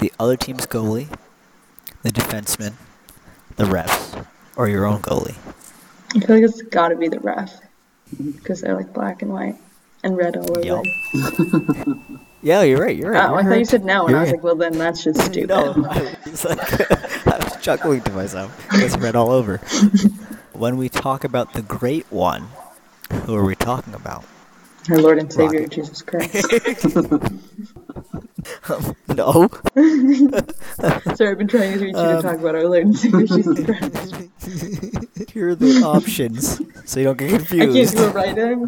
[SPEAKER 1] The other team's goalie, the defenseman, the refs, or your own goalie?
[SPEAKER 2] I feel like it's got to be the ref because they're like black and white and red all over.
[SPEAKER 1] Yep. Yeah, you're right. You're right.
[SPEAKER 2] Oh, I
[SPEAKER 1] you're
[SPEAKER 2] thought you
[SPEAKER 1] right.
[SPEAKER 2] said no, and I
[SPEAKER 1] Yeah.
[SPEAKER 2] was
[SPEAKER 1] Mm,
[SPEAKER 2] like, well, then that's just stupid.
[SPEAKER 1] No, I was, like, I was chuckling to myself. It's red all over. when we talk about the Great One, who are we talking about?
[SPEAKER 2] Our Lord and Savior,
[SPEAKER 1] Rocket.
[SPEAKER 2] Jesus Christ.
[SPEAKER 1] No.
[SPEAKER 2] Sorry, I've been trying to reach
[SPEAKER 1] Um,
[SPEAKER 2] you to talk about our Lord and Savior, Jesus Christ.
[SPEAKER 1] Here are the options, so you don't get
[SPEAKER 2] I can't
[SPEAKER 1] confused.
[SPEAKER 2] do a write-in.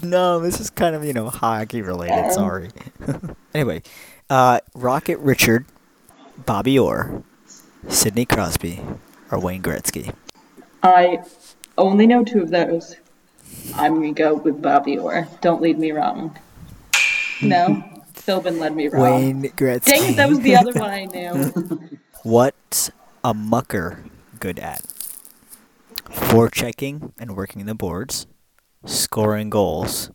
[SPEAKER 1] no, this is kind of you know hockey related.
[SPEAKER 2] Um.
[SPEAKER 1] Sorry. anyway, uh, Rocket Richard, Bobby Orr, Sidney Crosby, or Wayne Gretzky.
[SPEAKER 2] I only know two of those. I'm gonna go with Bobby Orr. Don't lead me wrong. No, Philbin led me wrong.
[SPEAKER 1] Wayne Gretzky.
[SPEAKER 2] Dang it, that was the other one I knew.
[SPEAKER 1] What's a mucker good at? Forechecking and working the boards, scoring goals,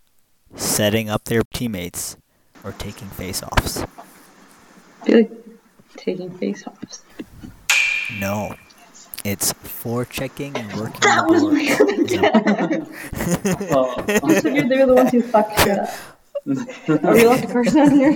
[SPEAKER 1] setting up their teammates, or taking face-offs.
[SPEAKER 2] I feel like taking face-offs.
[SPEAKER 1] No, it's forechecking and working
[SPEAKER 2] That
[SPEAKER 1] the
[SPEAKER 2] was
[SPEAKER 1] boards.
[SPEAKER 2] my other guess.
[SPEAKER 3] Oh,
[SPEAKER 2] I figured they were the ones who fucked shit up. Are we allowed to curse on here?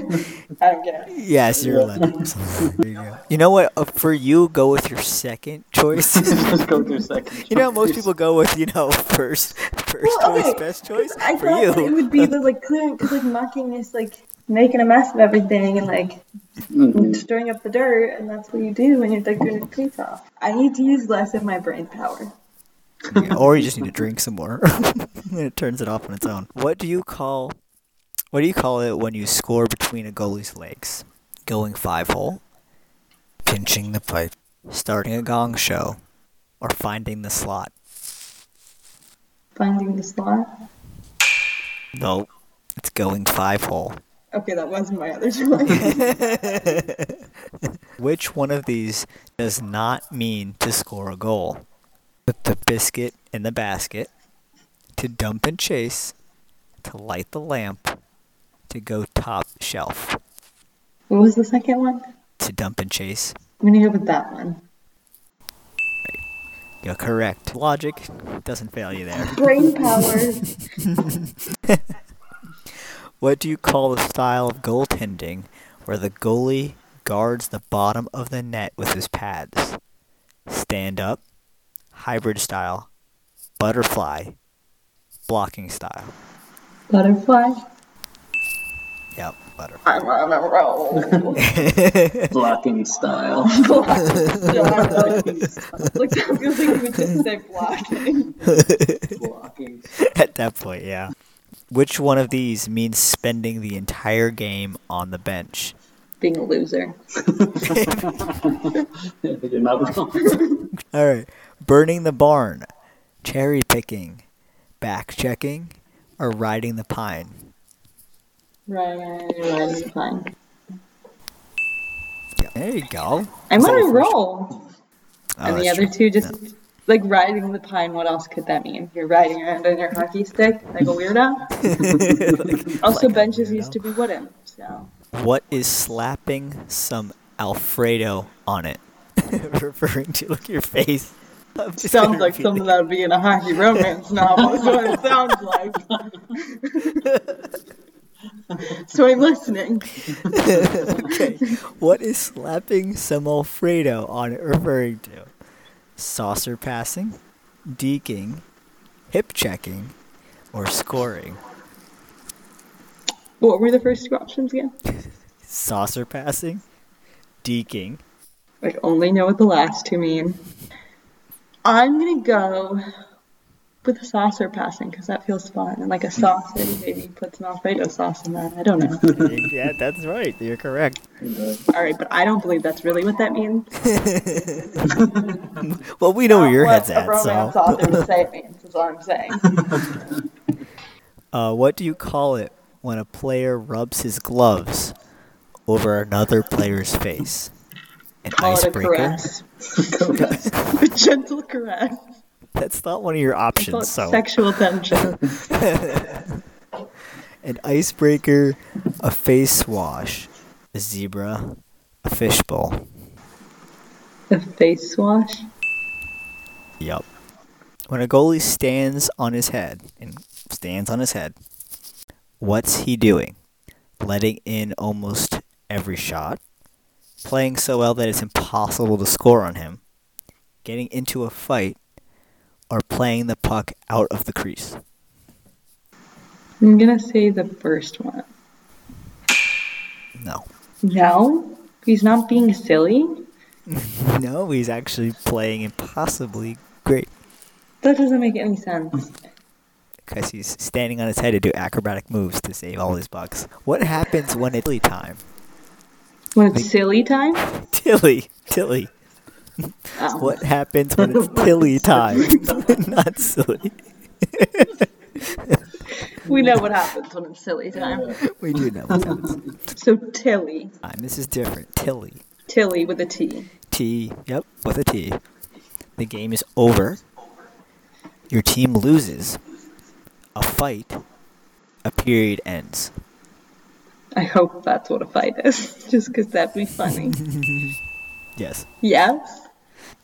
[SPEAKER 2] I don't care.
[SPEAKER 1] Yes, you're
[SPEAKER 3] Yeah.
[SPEAKER 1] allowed. There you go. You know what? Uh, For you, go with your second choice.
[SPEAKER 3] just go through second.
[SPEAKER 1] you know, how most
[SPEAKER 3] choice.
[SPEAKER 1] people go with you know first, first
[SPEAKER 2] Well,
[SPEAKER 1] choice,
[SPEAKER 2] okay,
[SPEAKER 1] best choice.
[SPEAKER 2] I
[SPEAKER 1] For
[SPEAKER 2] thought that it
[SPEAKER 1] you,
[SPEAKER 2] would be the like clear because like mucking is like making a mess of everything and like
[SPEAKER 3] Mhm.
[SPEAKER 2] stirring up the dirt, and that's what you do when you're like doing a clean off. I need to use less of my brain power.
[SPEAKER 1] Yeah, or you just need to drink some more, and it turns it off on its own. What do you call? What do you call it when you score between a goalie's legs? Going five hole, pinching the pipe, starting a gong show, or finding the slot.
[SPEAKER 2] Finding the slot.
[SPEAKER 1] No, it's going five hole.
[SPEAKER 2] Okay, that was my other choice.
[SPEAKER 1] Which one of these does not mean to score a goal? Put the biscuit in the basket, to dump and chase, to light the lamp, to go top shelf,
[SPEAKER 2] what was the second one?
[SPEAKER 1] to dump and chase.
[SPEAKER 2] I'm gonna go with that one.
[SPEAKER 1] You're correct. Logic doesn't fail you there.
[SPEAKER 2] Brain power.
[SPEAKER 1] What do you call the style of goaltending where the goalie guards the bottom of the net with his pads? Stand up, hybrid style, butterfly, blocking style.
[SPEAKER 2] Butterfly.
[SPEAKER 1] Yep, butterfly.
[SPEAKER 2] I'm on a roll.
[SPEAKER 3] blocking style.
[SPEAKER 2] like that feels like you would just say blocking.
[SPEAKER 3] blocking.
[SPEAKER 1] At that point, yeah. Which one of these means spending the entire game on the bench?
[SPEAKER 2] Being a loser.
[SPEAKER 3] You're not wrong.
[SPEAKER 1] All right. Burning the barn, cherry picking, back checking, or riding the pine?
[SPEAKER 2] Right, right, right, fine.
[SPEAKER 1] Yeah, There you go.
[SPEAKER 2] I'm
[SPEAKER 1] Is that
[SPEAKER 2] on a
[SPEAKER 1] your first-
[SPEAKER 2] roll.
[SPEAKER 1] Oh,
[SPEAKER 2] and the
[SPEAKER 1] that's
[SPEAKER 2] other
[SPEAKER 1] true.
[SPEAKER 2] two just like riding the pine. What else could that mean? You're riding around on your hockey stick like a weirdo. also, benches used to be wooden. So
[SPEAKER 1] What is slapping some Alfredo on it? Referring to look your face. I'm just gonna
[SPEAKER 2] sounds like
[SPEAKER 1] repeat
[SPEAKER 2] something that would be in a hockey romance novel. That's what it sounds like. so I'm listening.
[SPEAKER 1] okay. What is slapping some Alfredo on referring to? Saucer passing, deking, hip checking, or scoring?
[SPEAKER 2] What were the first two options again?
[SPEAKER 1] Saucer passing, deking.
[SPEAKER 2] I only know what the last two mean. I'm gonna go with a saucer passing because that feels fun and like a sausage maybe put some Alfredo sauce in that. I don't know.
[SPEAKER 1] yeah, that's right. You're correct.
[SPEAKER 2] All right, but I don't believe that's really what that means.
[SPEAKER 1] Well, we know where your
[SPEAKER 2] What
[SPEAKER 1] head's
[SPEAKER 2] a
[SPEAKER 1] at,
[SPEAKER 2] romance
[SPEAKER 1] so.
[SPEAKER 2] author would say it means is all I'm saying.
[SPEAKER 1] Uh, what do you call it when a player rubs his gloves over another player's face? An
[SPEAKER 2] Call it a
[SPEAKER 1] icebreaker?
[SPEAKER 2] caress, a gentle caress.
[SPEAKER 1] That's not one of your
[SPEAKER 2] Call it
[SPEAKER 1] options, so.
[SPEAKER 2] Sexual tension.
[SPEAKER 1] An icebreaker, a face wash, a zebra, a fishbowl.
[SPEAKER 2] a face wash.
[SPEAKER 1] Yup. When a goalie stands on his head, and stands on his head, what's he doing? Letting in almost every shot, playing so well that it's impossible to score on him, getting into a fight, or playing the puck out of the crease.
[SPEAKER 2] I'm gonna say the first one.
[SPEAKER 1] No.
[SPEAKER 2] No, he's not being silly.
[SPEAKER 1] No, he's actually playing impossibly great
[SPEAKER 2] That doesn't make any sense.
[SPEAKER 1] because he's standing on his head to do acrobatic moves to save all his bucks. What happens when it's Tilly time?
[SPEAKER 2] When it's silly time.
[SPEAKER 1] Tilly, Tilly.
[SPEAKER 2] Oh.
[SPEAKER 1] What happens when it's Tilly time? Not silly.
[SPEAKER 2] We know what happens when it's silly time.
[SPEAKER 1] We do know what happens.
[SPEAKER 2] So Tilly,
[SPEAKER 1] Time. This is different. Tilly.
[SPEAKER 2] Tilly with a T.
[SPEAKER 1] T. Yep, with a T. The game is over. Your team loses. A fight. A period ends.
[SPEAKER 2] I hope that's what a fight is, just because that'd be funny.
[SPEAKER 1] Yes.
[SPEAKER 2] yes.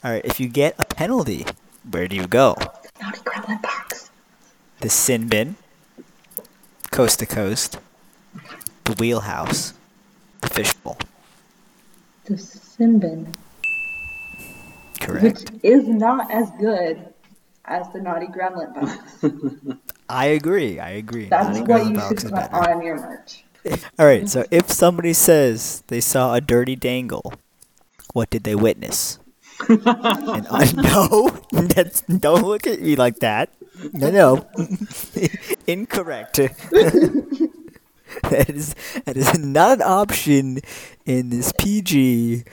[SPEAKER 1] All right. If you get a penalty, where do you go?
[SPEAKER 2] Naughty Gremlin box.
[SPEAKER 1] The sin bin. Coast to coast. The wheelhouse. The fishbowl.
[SPEAKER 2] The Sinbin, which
[SPEAKER 1] Correct.
[SPEAKER 2] is not as good as the Naughty Gremlin box.
[SPEAKER 1] I agree. I agree.
[SPEAKER 2] That's
[SPEAKER 1] Naughty
[SPEAKER 2] what
[SPEAKER 1] Gremlin
[SPEAKER 2] you
[SPEAKER 1] Box
[SPEAKER 2] should
[SPEAKER 1] is
[SPEAKER 2] put
[SPEAKER 1] better.
[SPEAKER 2] on your merch.
[SPEAKER 1] All right, so if somebody says they saw a dirty dangle, what did they witness? and I no, that's don't look at me like that. No, no, incorrect. that is that is not an option in this PG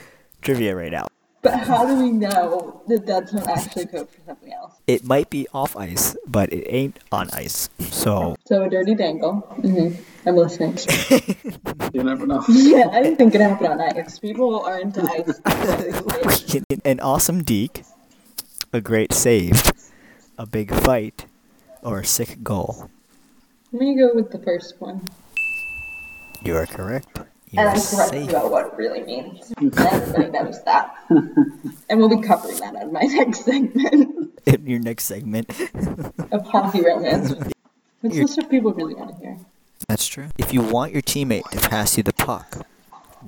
[SPEAKER 1] trivia right now.
[SPEAKER 2] But how do we know that that's not actually code for something else?
[SPEAKER 1] It might be off ice, but it ain't on ice. So
[SPEAKER 2] So a dirty dangle. Mm-hmm. I'm listening.
[SPEAKER 3] You never know.
[SPEAKER 2] yeah, I didn't think it happened on ice. People are into ice.
[SPEAKER 1] an awesome deke, a great save, a big fight, or a sick goal.
[SPEAKER 2] I'm gonna go with the first one.
[SPEAKER 1] You are correct. You are
[SPEAKER 2] And I'm correct
[SPEAKER 1] safe.
[SPEAKER 2] about what it really means. Everybody knows that. and we'll be covering that on my next segment
[SPEAKER 1] In your next segment.
[SPEAKER 2] of hockey romance. Which
[SPEAKER 1] You're-
[SPEAKER 2] is what people really want to hear.
[SPEAKER 1] That's true. If you want your teammate to pass you the puck,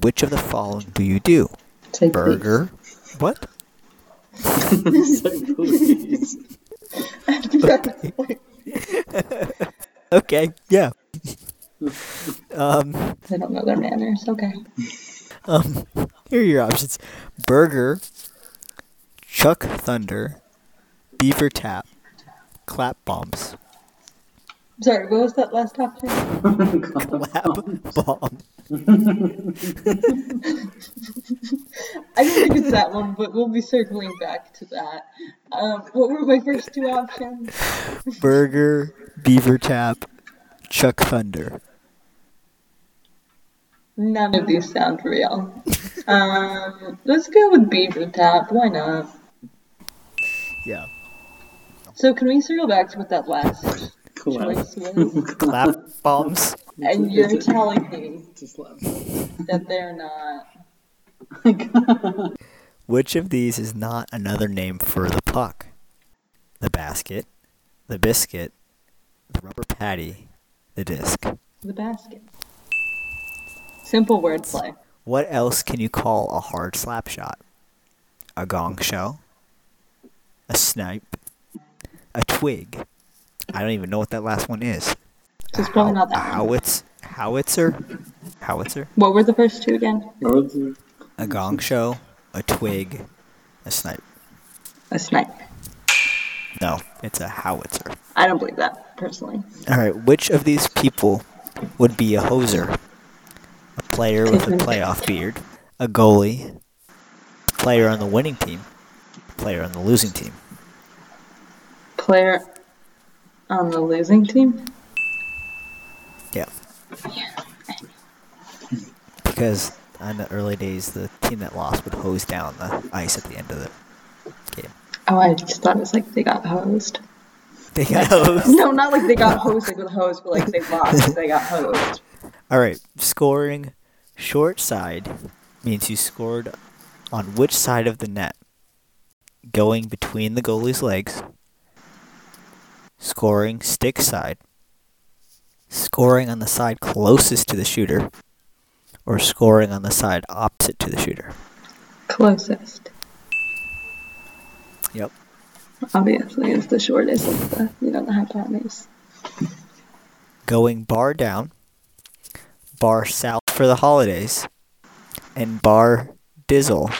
[SPEAKER 1] which of the following do you do?
[SPEAKER 2] Take
[SPEAKER 1] Burger. What?
[SPEAKER 3] Please.
[SPEAKER 1] Okay, yeah. um,
[SPEAKER 2] I don't know their manners. Okay.
[SPEAKER 1] um, here are your options Burger, Chuck Thunder, Beaver Tap, Clap Bombs.
[SPEAKER 2] Sorry, what was that last option?
[SPEAKER 1] Clap bomb.
[SPEAKER 2] I don't think it's that one, but we'll be circling back to that. Um, what were my first two options?
[SPEAKER 1] Burger, Beaver Tap, Chuck Thunder.
[SPEAKER 2] None of these sound real. Um, let's go with Beaver Tap. Why not?
[SPEAKER 1] Yeah.
[SPEAKER 2] So can we circle back to what that last
[SPEAKER 3] Collab.
[SPEAKER 2] choice was?
[SPEAKER 1] Clap bombs.
[SPEAKER 2] And you're telling me
[SPEAKER 3] Just laugh.
[SPEAKER 2] that they're not.
[SPEAKER 1] Which of these is not another name for the puck? The basket, the biscuit, the rubber patty, the disc.
[SPEAKER 2] the basket. Simple wordplay.
[SPEAKER 1] What else can you call a hard slap shot? A gong show? A snipe? A twig? I don't even know what that last one is.
[SPEAKER 2] So it's probably not
[SPEAKER 1] A
[SPEAKER 2] that one.
[SPEAKER 1] howitz, howitzer? Howitzer?
[SPEAKER 2] What were the first two again?
[SPEAKER 1] A gong show? A twig? A snipe?
[SPEAKER 2] A snipe.
[SPEAKER 1] No, it's a howitzer.
[SPEAKER 2] I don't believe that personally.
[SPEAKER 1] Alright, which of these people would be a hoser? A player with a playoff beard? A goalie? A player on the winning team? A player on the losing team?
[SPEAKER 2] Player on the losing team?
[SPEAKER 1] Yeah. Because on the early days, the team that lost would hose down the ice at the end of the game.
[SPEAKER 2] Oh, I just thought it was like they got hosed.
[SPEAKER 1] They got hosed.
[SPEAKER 2] No, not like they got hosed like with a hose, but like they lost. 'cause they got hosed.
[SPEAKER 1] All right, scoring short side means you scored on which side of the net? Going between the goalie's legs. Scoring stick side. Scoring on the side closest to the shooter. Or scoring on the side opposite to the shooter.
[SPEAKER 2] Closest,
[SPEAKER 1] Yep.
[SPEAKER 2] obviously, is the shortest of the you know the hypotenuse.
[SPEAKER 1] going bar down, bar south for the holidays, and bar dizzle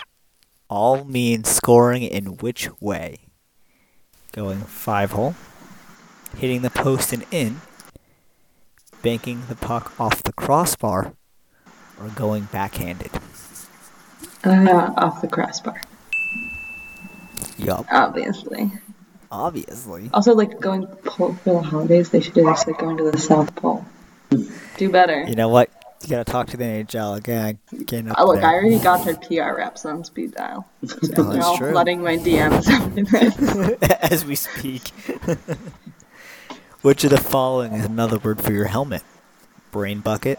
[SPEAKER 1] all mean scoring in which way? Going five hole, hitting the post and in, banking the puck off the crossbar, or going backhanded.
[SPEAKER 2] Uh, off the crossbar,
[SPEAKER 1] Yup,
[SPEAKER 2] obviously.
[SPEAKER 1] obviously.
[SPEAKER 2] Also, like going pole for the holidays, they should do this like going to the South Pole. Do better.
[SPEAKER 1] You know what? You gotta talk to the NHL again. Getting up
[SPEAKER 2] Uh, look, I
[SPEAKER 1] there.
[SPEAKER 2] already got their PR reps on speed dial. So
[SPEAKER 1] that's
[SPEAKER 2] they're all
[SPEAKER 1] true.
[SPEAKER 2] flooding my DMs. after this.
[SPEAKER 1] as we speak. Which of the following is another word for your helmet? Brain bucket,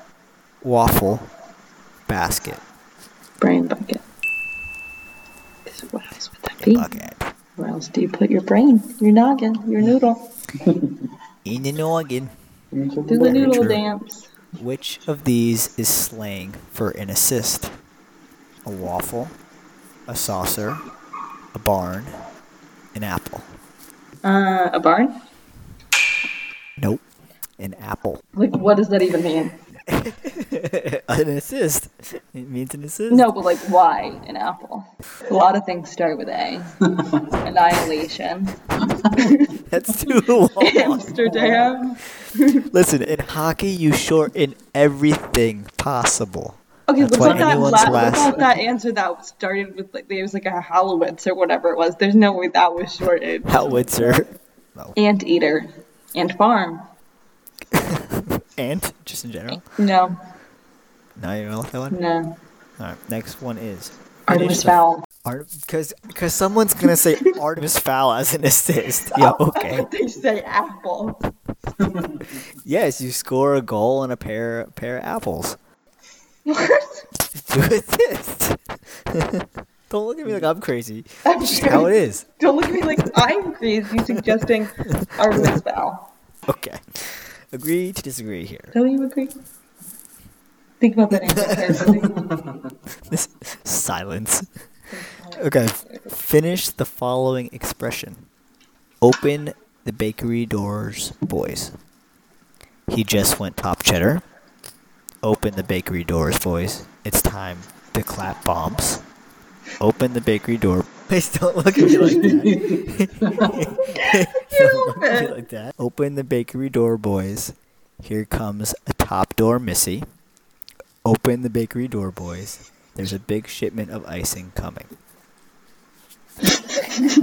[SPEAKER 1] waffle, basket,
[SPEAKER 2] brain bucket. 'Cause What else would that be?
[SPEAKER 1] bucket.
[SPEAKER 2] Where else do you put your brain? Your noggin, your noodle.
[SPEAKER 1] In the noggin.
[SPEAKER 2] Do the noodle
[SPEAKER 1] true.
[SPEAKER 2] dance.
[SPEAKER 1] Which of these is slang for an assist? A waffle, a saucer, a barn, an apple.
[SPEAKER 2] Uh, a barn?
[SPEAKER 1] Nope. An apple.
[SPEAKER 2] Like, what does that even mean?
[SPEAKER 1] an assist. It means an assist.
[SPEAKER 2] No, but like, why an apple? A lot of things start with A. Annihilation.
[SPEAKER 1] That's too long.
[SPEAKER 2] Amsterdam.
[SPEAKER 1] Listen, in hockey, you shorten everything possible.
[SPEAKER 2] Okay,
[SPEAKER 1] That's
[SPEAKER 2] what
[SPEAKER 1] why
[SPEAKER 2] about that
[SPEAKER 1] anyone's
[SPEAKER 2] last,
[SPEAKER 1] last-
[SPEAKER 2] What about that answer that started with like it was like a Hallowitz or whatever it was? There's no way that was shorted.
[SPEAKER 1] Oh. Howitzer.
[SPEAKER 2] Ant eater, ant farm.
[SPEAKER 1] Ant, just in general.
[SPEAKER 2] No,
[SPEAKER 1] No, you don't like that one?
[SPEAKER 2] no.
[SPEAKER 1] All right, next one is.
[SPEAKER 2] Artemis fowl.
[SPEAKER 1] Because because someone's going to say Artemis Fowl as an assist. Yeah, okay.
[SPEAKER 2] They say apple.
[SPEAKER 1] Yes, you score a goal and a pair, pair of apples.
[SPEAKER 2] What?
[SPEAKER 1] To assist. don't look at me like I'm crazy. It's just how it is.
[SPEAKER 2] Don't look at me like I'm crazy suggesting Artemis fowl.
[SPEAKER 1] Okay. Agree to disagree here.
[SPEAKER 2] Don't you agree? Think about that answer carefully.
[SPEAKER 1] This silence. Okay. Finish the following expression. Open the bakery doors, boys. He just went top cheddar. Open the bakery doors, boys. It's time to clap bombs. Open the bakery door. Please don't look at me like that. don't look at me like that. Open the bakery door, boys. Here comes a top door, Missy. Open the bakery door, boys. There's a big shipment of icing coming.
[SPEAKER 2] This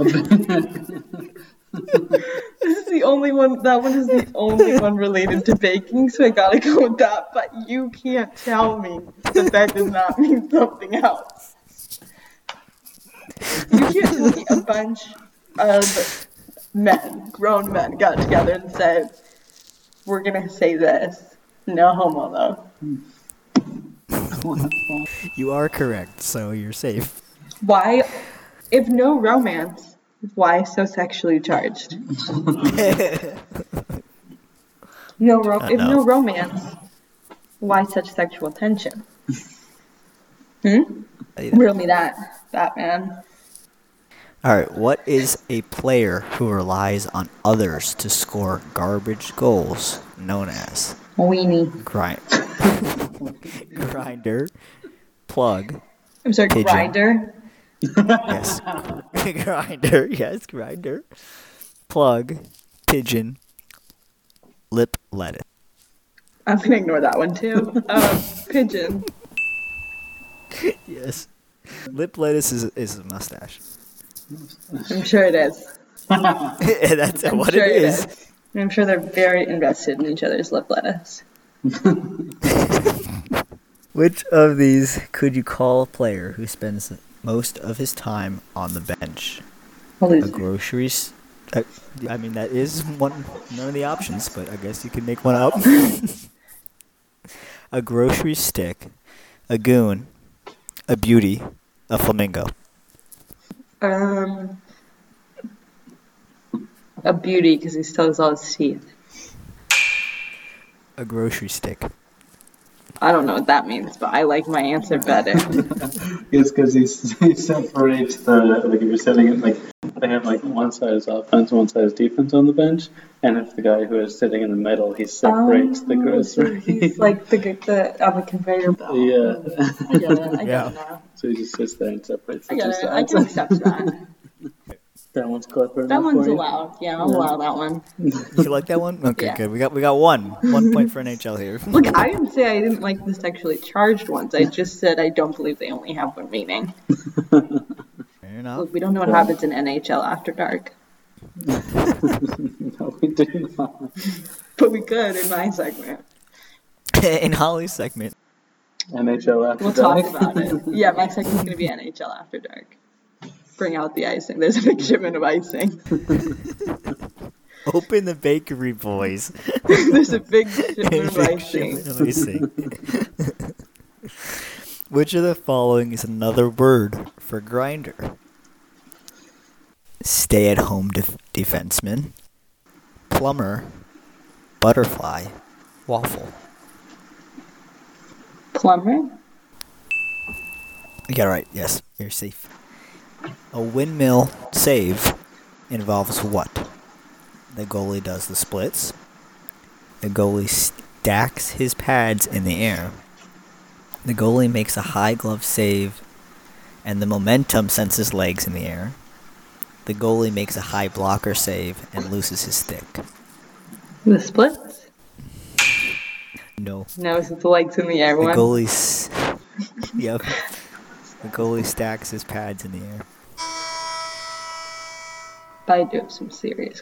[SPEAKER 2] is the only one. That one is the only one related to baking, so I gotta go with that. But you can't tell me that that does not mean something else. You can't tell me a bunch of men, grown men, got together and said, "We're gonna say this." No homo though.
[SPEAKER 1] You are correct, so you're safe.
[SPEAKER 2] Why, if no romance, why so sexually charged? No, ro-
[SPEAKER 1] I
[SPEAKER 2] if
[SPEAKER 1] know.
[SPEAKER 2] no romance, Why such sexual tension? hmm?
[SPEAKER 1] I-
[SPEAKER 2] Reel me that, that man.
[SPEAKER 1] All right, what is a player who relies on others to score garbage goals known as
[SPEAKER 2] Weenie.
[SPEAKER 1] grind grinder plug?
[SPEAKER 2] I'm sorry,
[SPEAKER 1] Pigeon.
[SPEAKER 2] grinder.
[SPEAKER 1] Yes. grinder. Yes, grinder. Plug pigeon lip lettuce.
[SPEAKER 2] I'm gonna ignore that one too. Um, pigeon.
[SPEAKER 1] Yes. Lip lettuce is is a mustache.
[SPEAKER 2] I'm sure it is.
[SPEAKER 1] That's
[SPEAKER 2] I'm
[SPEAKER 1] what
[SPEAKER 2] sure
[SPEAKER 1] it is.
[SPEAKER 2] And I'm sure they're very invested in each other's lip lettuce.
[SPEAKER 1] Which of these could you call a player who spends most of his time on the bench?
[SPEAKER 2] Well,
[SPEAKER 1] a
[SPEAKER 2] these-
[SPEAKER 1] grocery s- uh, I mean that is one none of the options, but I guess you can make one up. a grocery stick, a goon, a beauty, a flamingo.
[SPEAKER 2] Um, a beauty because he still has all his teeth.
[SPEAKER 1] A grocery stick.
[SPEAKER 2] I don't know what that means, but I like my answer better.
[SPEAKER 3] It's because he separates the like if you're sitting in like they have like one side is offense, one side is defense on the bench, and it's the guy who is sitting in the middle. He separates the
[SPEAKER 2] Oh,
[SPEAKER 3] grocery.
[SPEAKER 2] So he's like the, the on the conveyor belt.
[SPEAKER 3] yeah,
[SPEAKER 2] I get it. I get
[SPEAKER 1] Yeah.
[SPEAKER 2] it now.
[SPEAKER 3] so he just sits there and separates
[SPEAKER 2] I
[SPEAKER 3] the
[SPEAKER 2] get
[SPEAKER 3] two
[SPEAKER 2] it. I
[SPEAKER 3] sides.
[SPEAKER 2] can accept that.
[SPEAKER 3] that one's clever.
[SPEAKER 2] That
[SPEAKER 3] enough
[SPEAKER 2] one's
[SPEAKER 3] for you.
[SPEAKER 2] allowed. Yeah, I'll allow that one.
[SPEAKER 1] You like that one? Okay,
[SPEAKER 2] Yeah.
[SPEAKER 1] good. We got we got one. One point for NHL here.
[SPEAKER 2] Look, I didn't say I didn't like the sexually charged ones. I just said I don't believe they only have one meaning.
[SPEAKER 1] Fair enough.
[SPEAKER 2] Look, we don't know what happens in NHL after dark,
[SPEAKER 3] No, we did not.
[SPEAKER 2] but we could in my segment.
[SPEAKER 1] In Holly's segment,
[SPEAKER 3] NHL after
[SPEAKER 2] We'll
[SPEAKER 3] dark.
[SPEAKER 2] talk about it. Yeah, my segment's gonna be NHL after dark. Bring out the icing. There's a big shipment of icing.
[SPEAKER 1] open the bakery, boys.
[SPEAKER 2] There's a big shipment of
[SPEAKER 1] Big
[SPEAKER 2] icing.
[SPEAKER 1] shipment of icing. Which of the following is another word for grinder? Stay at home def- defenseman, plumber, butterfly, waffle.
[SPEAKER 2] Plumber?
[SPEAKER 1] Yeah, right, yes, you're safe. A windmill save involves what? The goalie does the splits, the goalie stacks his pads in the air, the goalie makes a high glove save, and the momentum sends his legs in the air. The goalie makes a high blocker save and loses his stick.
[SPEAKER 2] The splits?
[SPEAKER 1] No.
[SPEAKER 2] No, since the legs in the air
[SPEAKER 1] The
[SPEAKER 2] one.
[SPEAKER 1] goalie. S- yep. The goalie stacks his pads in the air.
[SPEAKER 2] But I do have some serious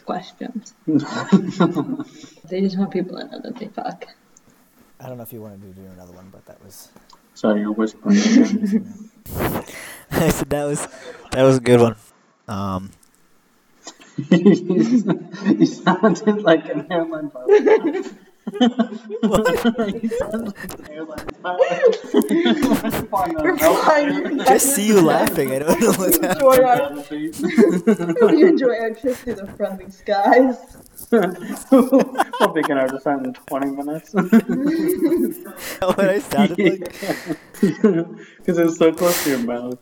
[SPEAKER 2] questions. they just want people to know that they fuck.
[SPEAKER 1] I don't know if you wanted to do another one, but that was.
[SPEAKER 3] Sorry, you're whispering. again.
[SPEAKER 1] I said that was that was a good one. Um,
[SPEAKER 3] you sounded like an airline pilot. you sounded like an airline pilot.
[SPEAKER 1] just see you laughing. I don't know what's happening.
[SPEAKER 2] Enjoy our, hope you enjoy our trip through the friendly skies.
[SPEAKER 3] we'll begin our descent in 20 minutes.
[SPEAKER 1] What I sounded like.
[SPEAKER 3] Because it's so close to your mouth.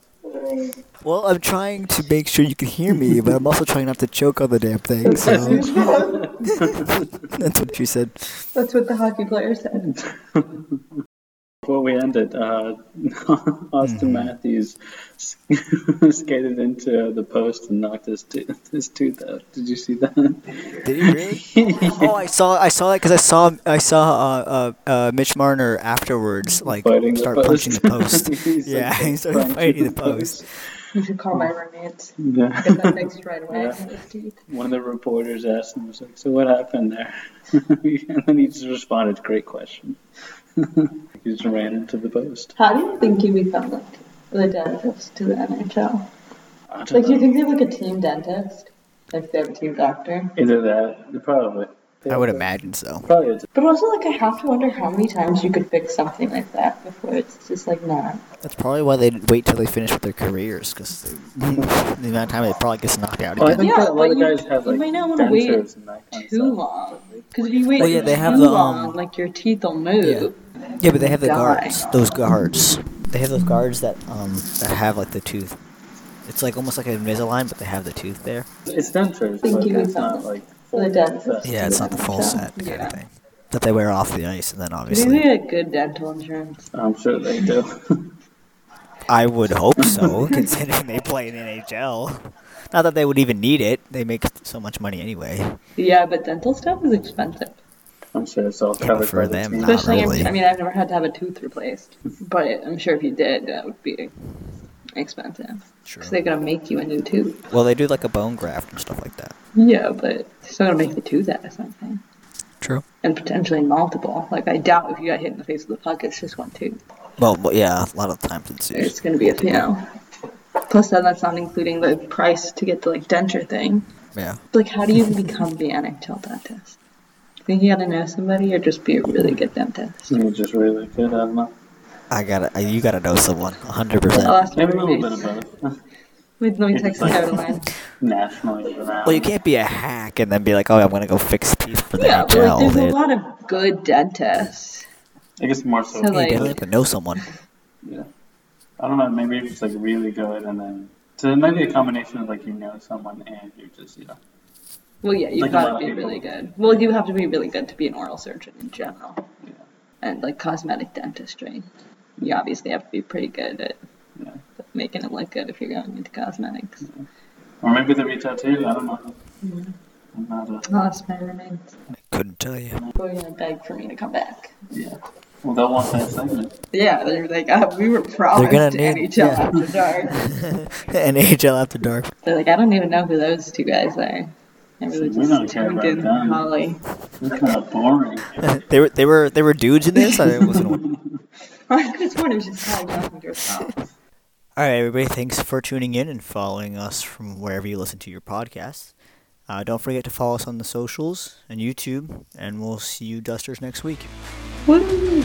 [SPEAKER 1] Well, I'm trying to make sure you can hear me, but I'm also trying not to choke on the damn thing. So that's what you said.
[SPEAKER 2] That's what the hockey player said.
[SPEAKER 3] Before we ended, uh,
[SPEAKER 1] Mm-hmm.
[SPEAKER 3] Austin Matthews skated into the post and knocked his, to- his tooth out. Did you see that?
[SPEAKER 1] Did you really? Oh, I saw I saw that because I saw I saw uh, uh, uh, Mitch Marner afterwards, like
[SPEAKER 3] Fighting the
[SPEAKER 1] start
[SPEAKER 3] post.
[SPEAKER 1] punching the post.
[SPEAKER 3] He's,
[SPEAKER 1] yeah,
[SPEAKER 3] like,
[SPEAKER 1] he started fighting the post.
[SPEAKER 2] You should call my roommates.
[SPEAKER 3] Yeah.
[SPEAKER 2] Get that fixed right away.
[SPEAKER 3] Yeah. One of the reporters asked him, was like, so what happened there? and then he just responded, great question. he just ran into the post.
[SPEAKER 2] How do you think you become like the dentist to the NHL?
[SPEAKER 3] I don't
[SPEAKER 2] Like, do
[SPEAKER 3] know.
[SPEAKER 2] you think they have like a team dentist? Like, they have a team doctor?
[SPEAKER 3] Either that, probably.
[SPEAKER 1] I would imagine so.
[SPEAKER 3] Probably it's
[SPEAKER 2] But also, like, I have to wonder how many times you could fix something like that before it's just like, nah.
[SPEAKER 1] That's probably why they wait till they finish with their careers, because the amount of time they probably gets knocked out
[SPEAKER 3] Well, I
[SPEAKER 1] again.
[SPEAKER 3] think
[SPEAKER 2] Yeah,
[SPEAKER 3] that a lot
[SPEAKER 2] but
[SPEAKER 3] of
[SPEAKER 2] you-
[SPEAKER 3] guys have
[SPEAKER 2] you
[SPEAKER 3] like
[SPEAKER 2] may not wanna wait
[SPEAKER 3] dentures and that kind of
[SPEAKER 2] Too
[SPEAKER 3] stuff.
[SPEAKER 2] long. Because if you wait
[SPEAKER 1] Well, Oh, yeah, they have
[SPEAKER 2] too
[SPEAKER 1] the, um,
[SPEAKER 2] long, like, your teeth will move.
[SPEAKER 1] Yeah, but they have the
[SPEAKER 2] die.
[SPEAKER 1] guards. Those guards. They have those guards that um that have like the tooth. It's like almost like an Invisalign, but they have the tooth there.
[SPEAKER 3] It's dentures,
[SPEAKER 2] Thank
[SPEAKER 3] but
[SPEAKER 2] you,
[SPEAKER 3] it's
[SPEAKER 2] Ethan.
[SPEAKER 3] not like
[SPEAKER 2] For the dentures.
[SPEAKER 1] Yeah, it's not the full set kind
[SPEAKER 2] Yeah.
[SPEAKER 1] of thing. That they wear off the ice, and then
[SPEAKER 2] Maybe we
[SPEAKER 1] obviously,
[SPEAKER 2] get good dental insurance.
[SPEAKER 3] I'm sure they do.
[SPEAKER 1] I would hope so, considering they play in NHL. Not that they would even need it. They make so much money anyway.
[SPEAKER 2] Yeah, but dental stuff is expensive.
[SPEAKER 3] I'm sure it's all
[SPEAKER 1] Yeah, but
[SPEAKER 3] covered
[SPEAKER 1] for
[SPEAKER 3] by the
[SPEAKER 1] them,
[SPEAKER 3] team.
[SPEAKER 1] Not
[SPEAKER 2] Especially, if-
[SPEAKER 1] really.
[SPEAKER 2] I mean, I've never had to have a tooth replaced, but I'm sure if you did, that would be expensive.
[SPEAKER 1] True.
[SPEAKER 2] Because they're going to make you a new tooth.
[SPEAKER 1] Well, they do like a bone graft and stuff like that.
[SPEAKER 2] Yeah, but they're still going to make the tooth out of something.
[SPEAKER 1] True.
[SPEAKER 2] And potentially multiple. Like, I doubt if you got hit in the face with a puck, it's just one tooth.
[SPEAKER 1] Well, well, yeah, a lot of times it's
[SPEAKER 2] It's going to be a few. Plus, then that's not including the price to get the like denture thing.
[SPEAKER 1] yeah.
[SPEAKER 2] Like, how do you even become the NHL dentist? Think you got to know somebody or just be a really good dentist?
[SPEAKER 3] You're just really good. I don't know.
[SPEAKER 1] I gotta, I- you gotta know someone, hundred percent.
[SPEAKER 2] I'll ask my
[SPEAKER 3] Maybe a little bit
[SPEAKER 2] roommates.
[SPEAKER 3] of both.
[SPEAKER 2] Wait, let me text Caroline.
[SPEAKER 3] Nationally renowned.
[SPEAKER 1] Well, you can't be a hack and then be like, oh, I'm gonna go fix teeth for the
[SPEAKER 2] Yeah, but
[SPEAKER 1] NHL.
[SPEAKER 2] like, there's
[SPEAKER 1] They-
[SPEAKER 2] a lot of good dentists.
[SPEAKER 3] I guess more so.
[SPEAKER 2] So,
[SPEAKER 1] you
[SPEAKER 2] like-
[SPEAKER 1] definitely have to know someone.
[SPEAKER 3] yeah. I don't know. Maybe if it's like really good, and then so it might be a combination of like you know someone and you just you know.
[SPEAKER 2] Well, yeah, you've
[SPEAKER 3] Like a lot
[SPEAKER 2] got
[SPEAKER 3] of
[SPEAKER 2] to be
[SPEAKER 3] people.
[SPEAKER 2] really good. Well, you have to be really good to be an oral surgeon in general,
[SPEAKER 3] Yeah.
[SPEAKER 2] and like cosmetic dentistry. You obviously have to be pretty good at
[SPEAKER 3] yeah.
[SPEAKER 2] making it look good if you're going into cosmetics.
[SPEAKER 3] Or maybe they reach out to you. I don't know.
[SPEAKER 2] Mm-hmm.
[SPEAKER 3] I'm not a,
[SPEAKER 2] I lost my roommates.
[SPEAKER 1] Couldn't tell you.
[SPEAKER 2] They're gonna beg for me to come back.
[SPEAKER 3] yeah. Well, they'll want that segment.
[SPEAKER 2] Yeah, they're like, uh, we were promised
[SPEAKER 1] gonna need-
[SPEAKER 2] NHL
[SPEAKER 1] yeah.
[SPEAKER 2] after dark.
[SPEAKER 1] NHL after dark.
[SPEAKER 2] They're like, I don't even know who those two guys are. I really
[SPEAKER 3] We don't
[SPEAKER 2] just
[SPEAKER 3] care
[SPEAKER 2] tuned
[SPEAKER 3] about
[SPEAKER 2] in
[SPEAKER 3] them.
[SPEAKER 2] Holly.
[SPEAKER 3] It's kind of boring.
[SPEAKER 1] they were, they were, they were dudes in this. I wasn't. aware.
[SPEAKER 2] I just wanted to just call them yourself.
[SPEAKER 1] All right, everybody. Thanks for tuning in and following us from wherever you listen to your podcasts. Uh, don't forget to follow us on the socials and YouTube, and we'll see you, Dusters, next week.
[SPEAKER 2] Woo!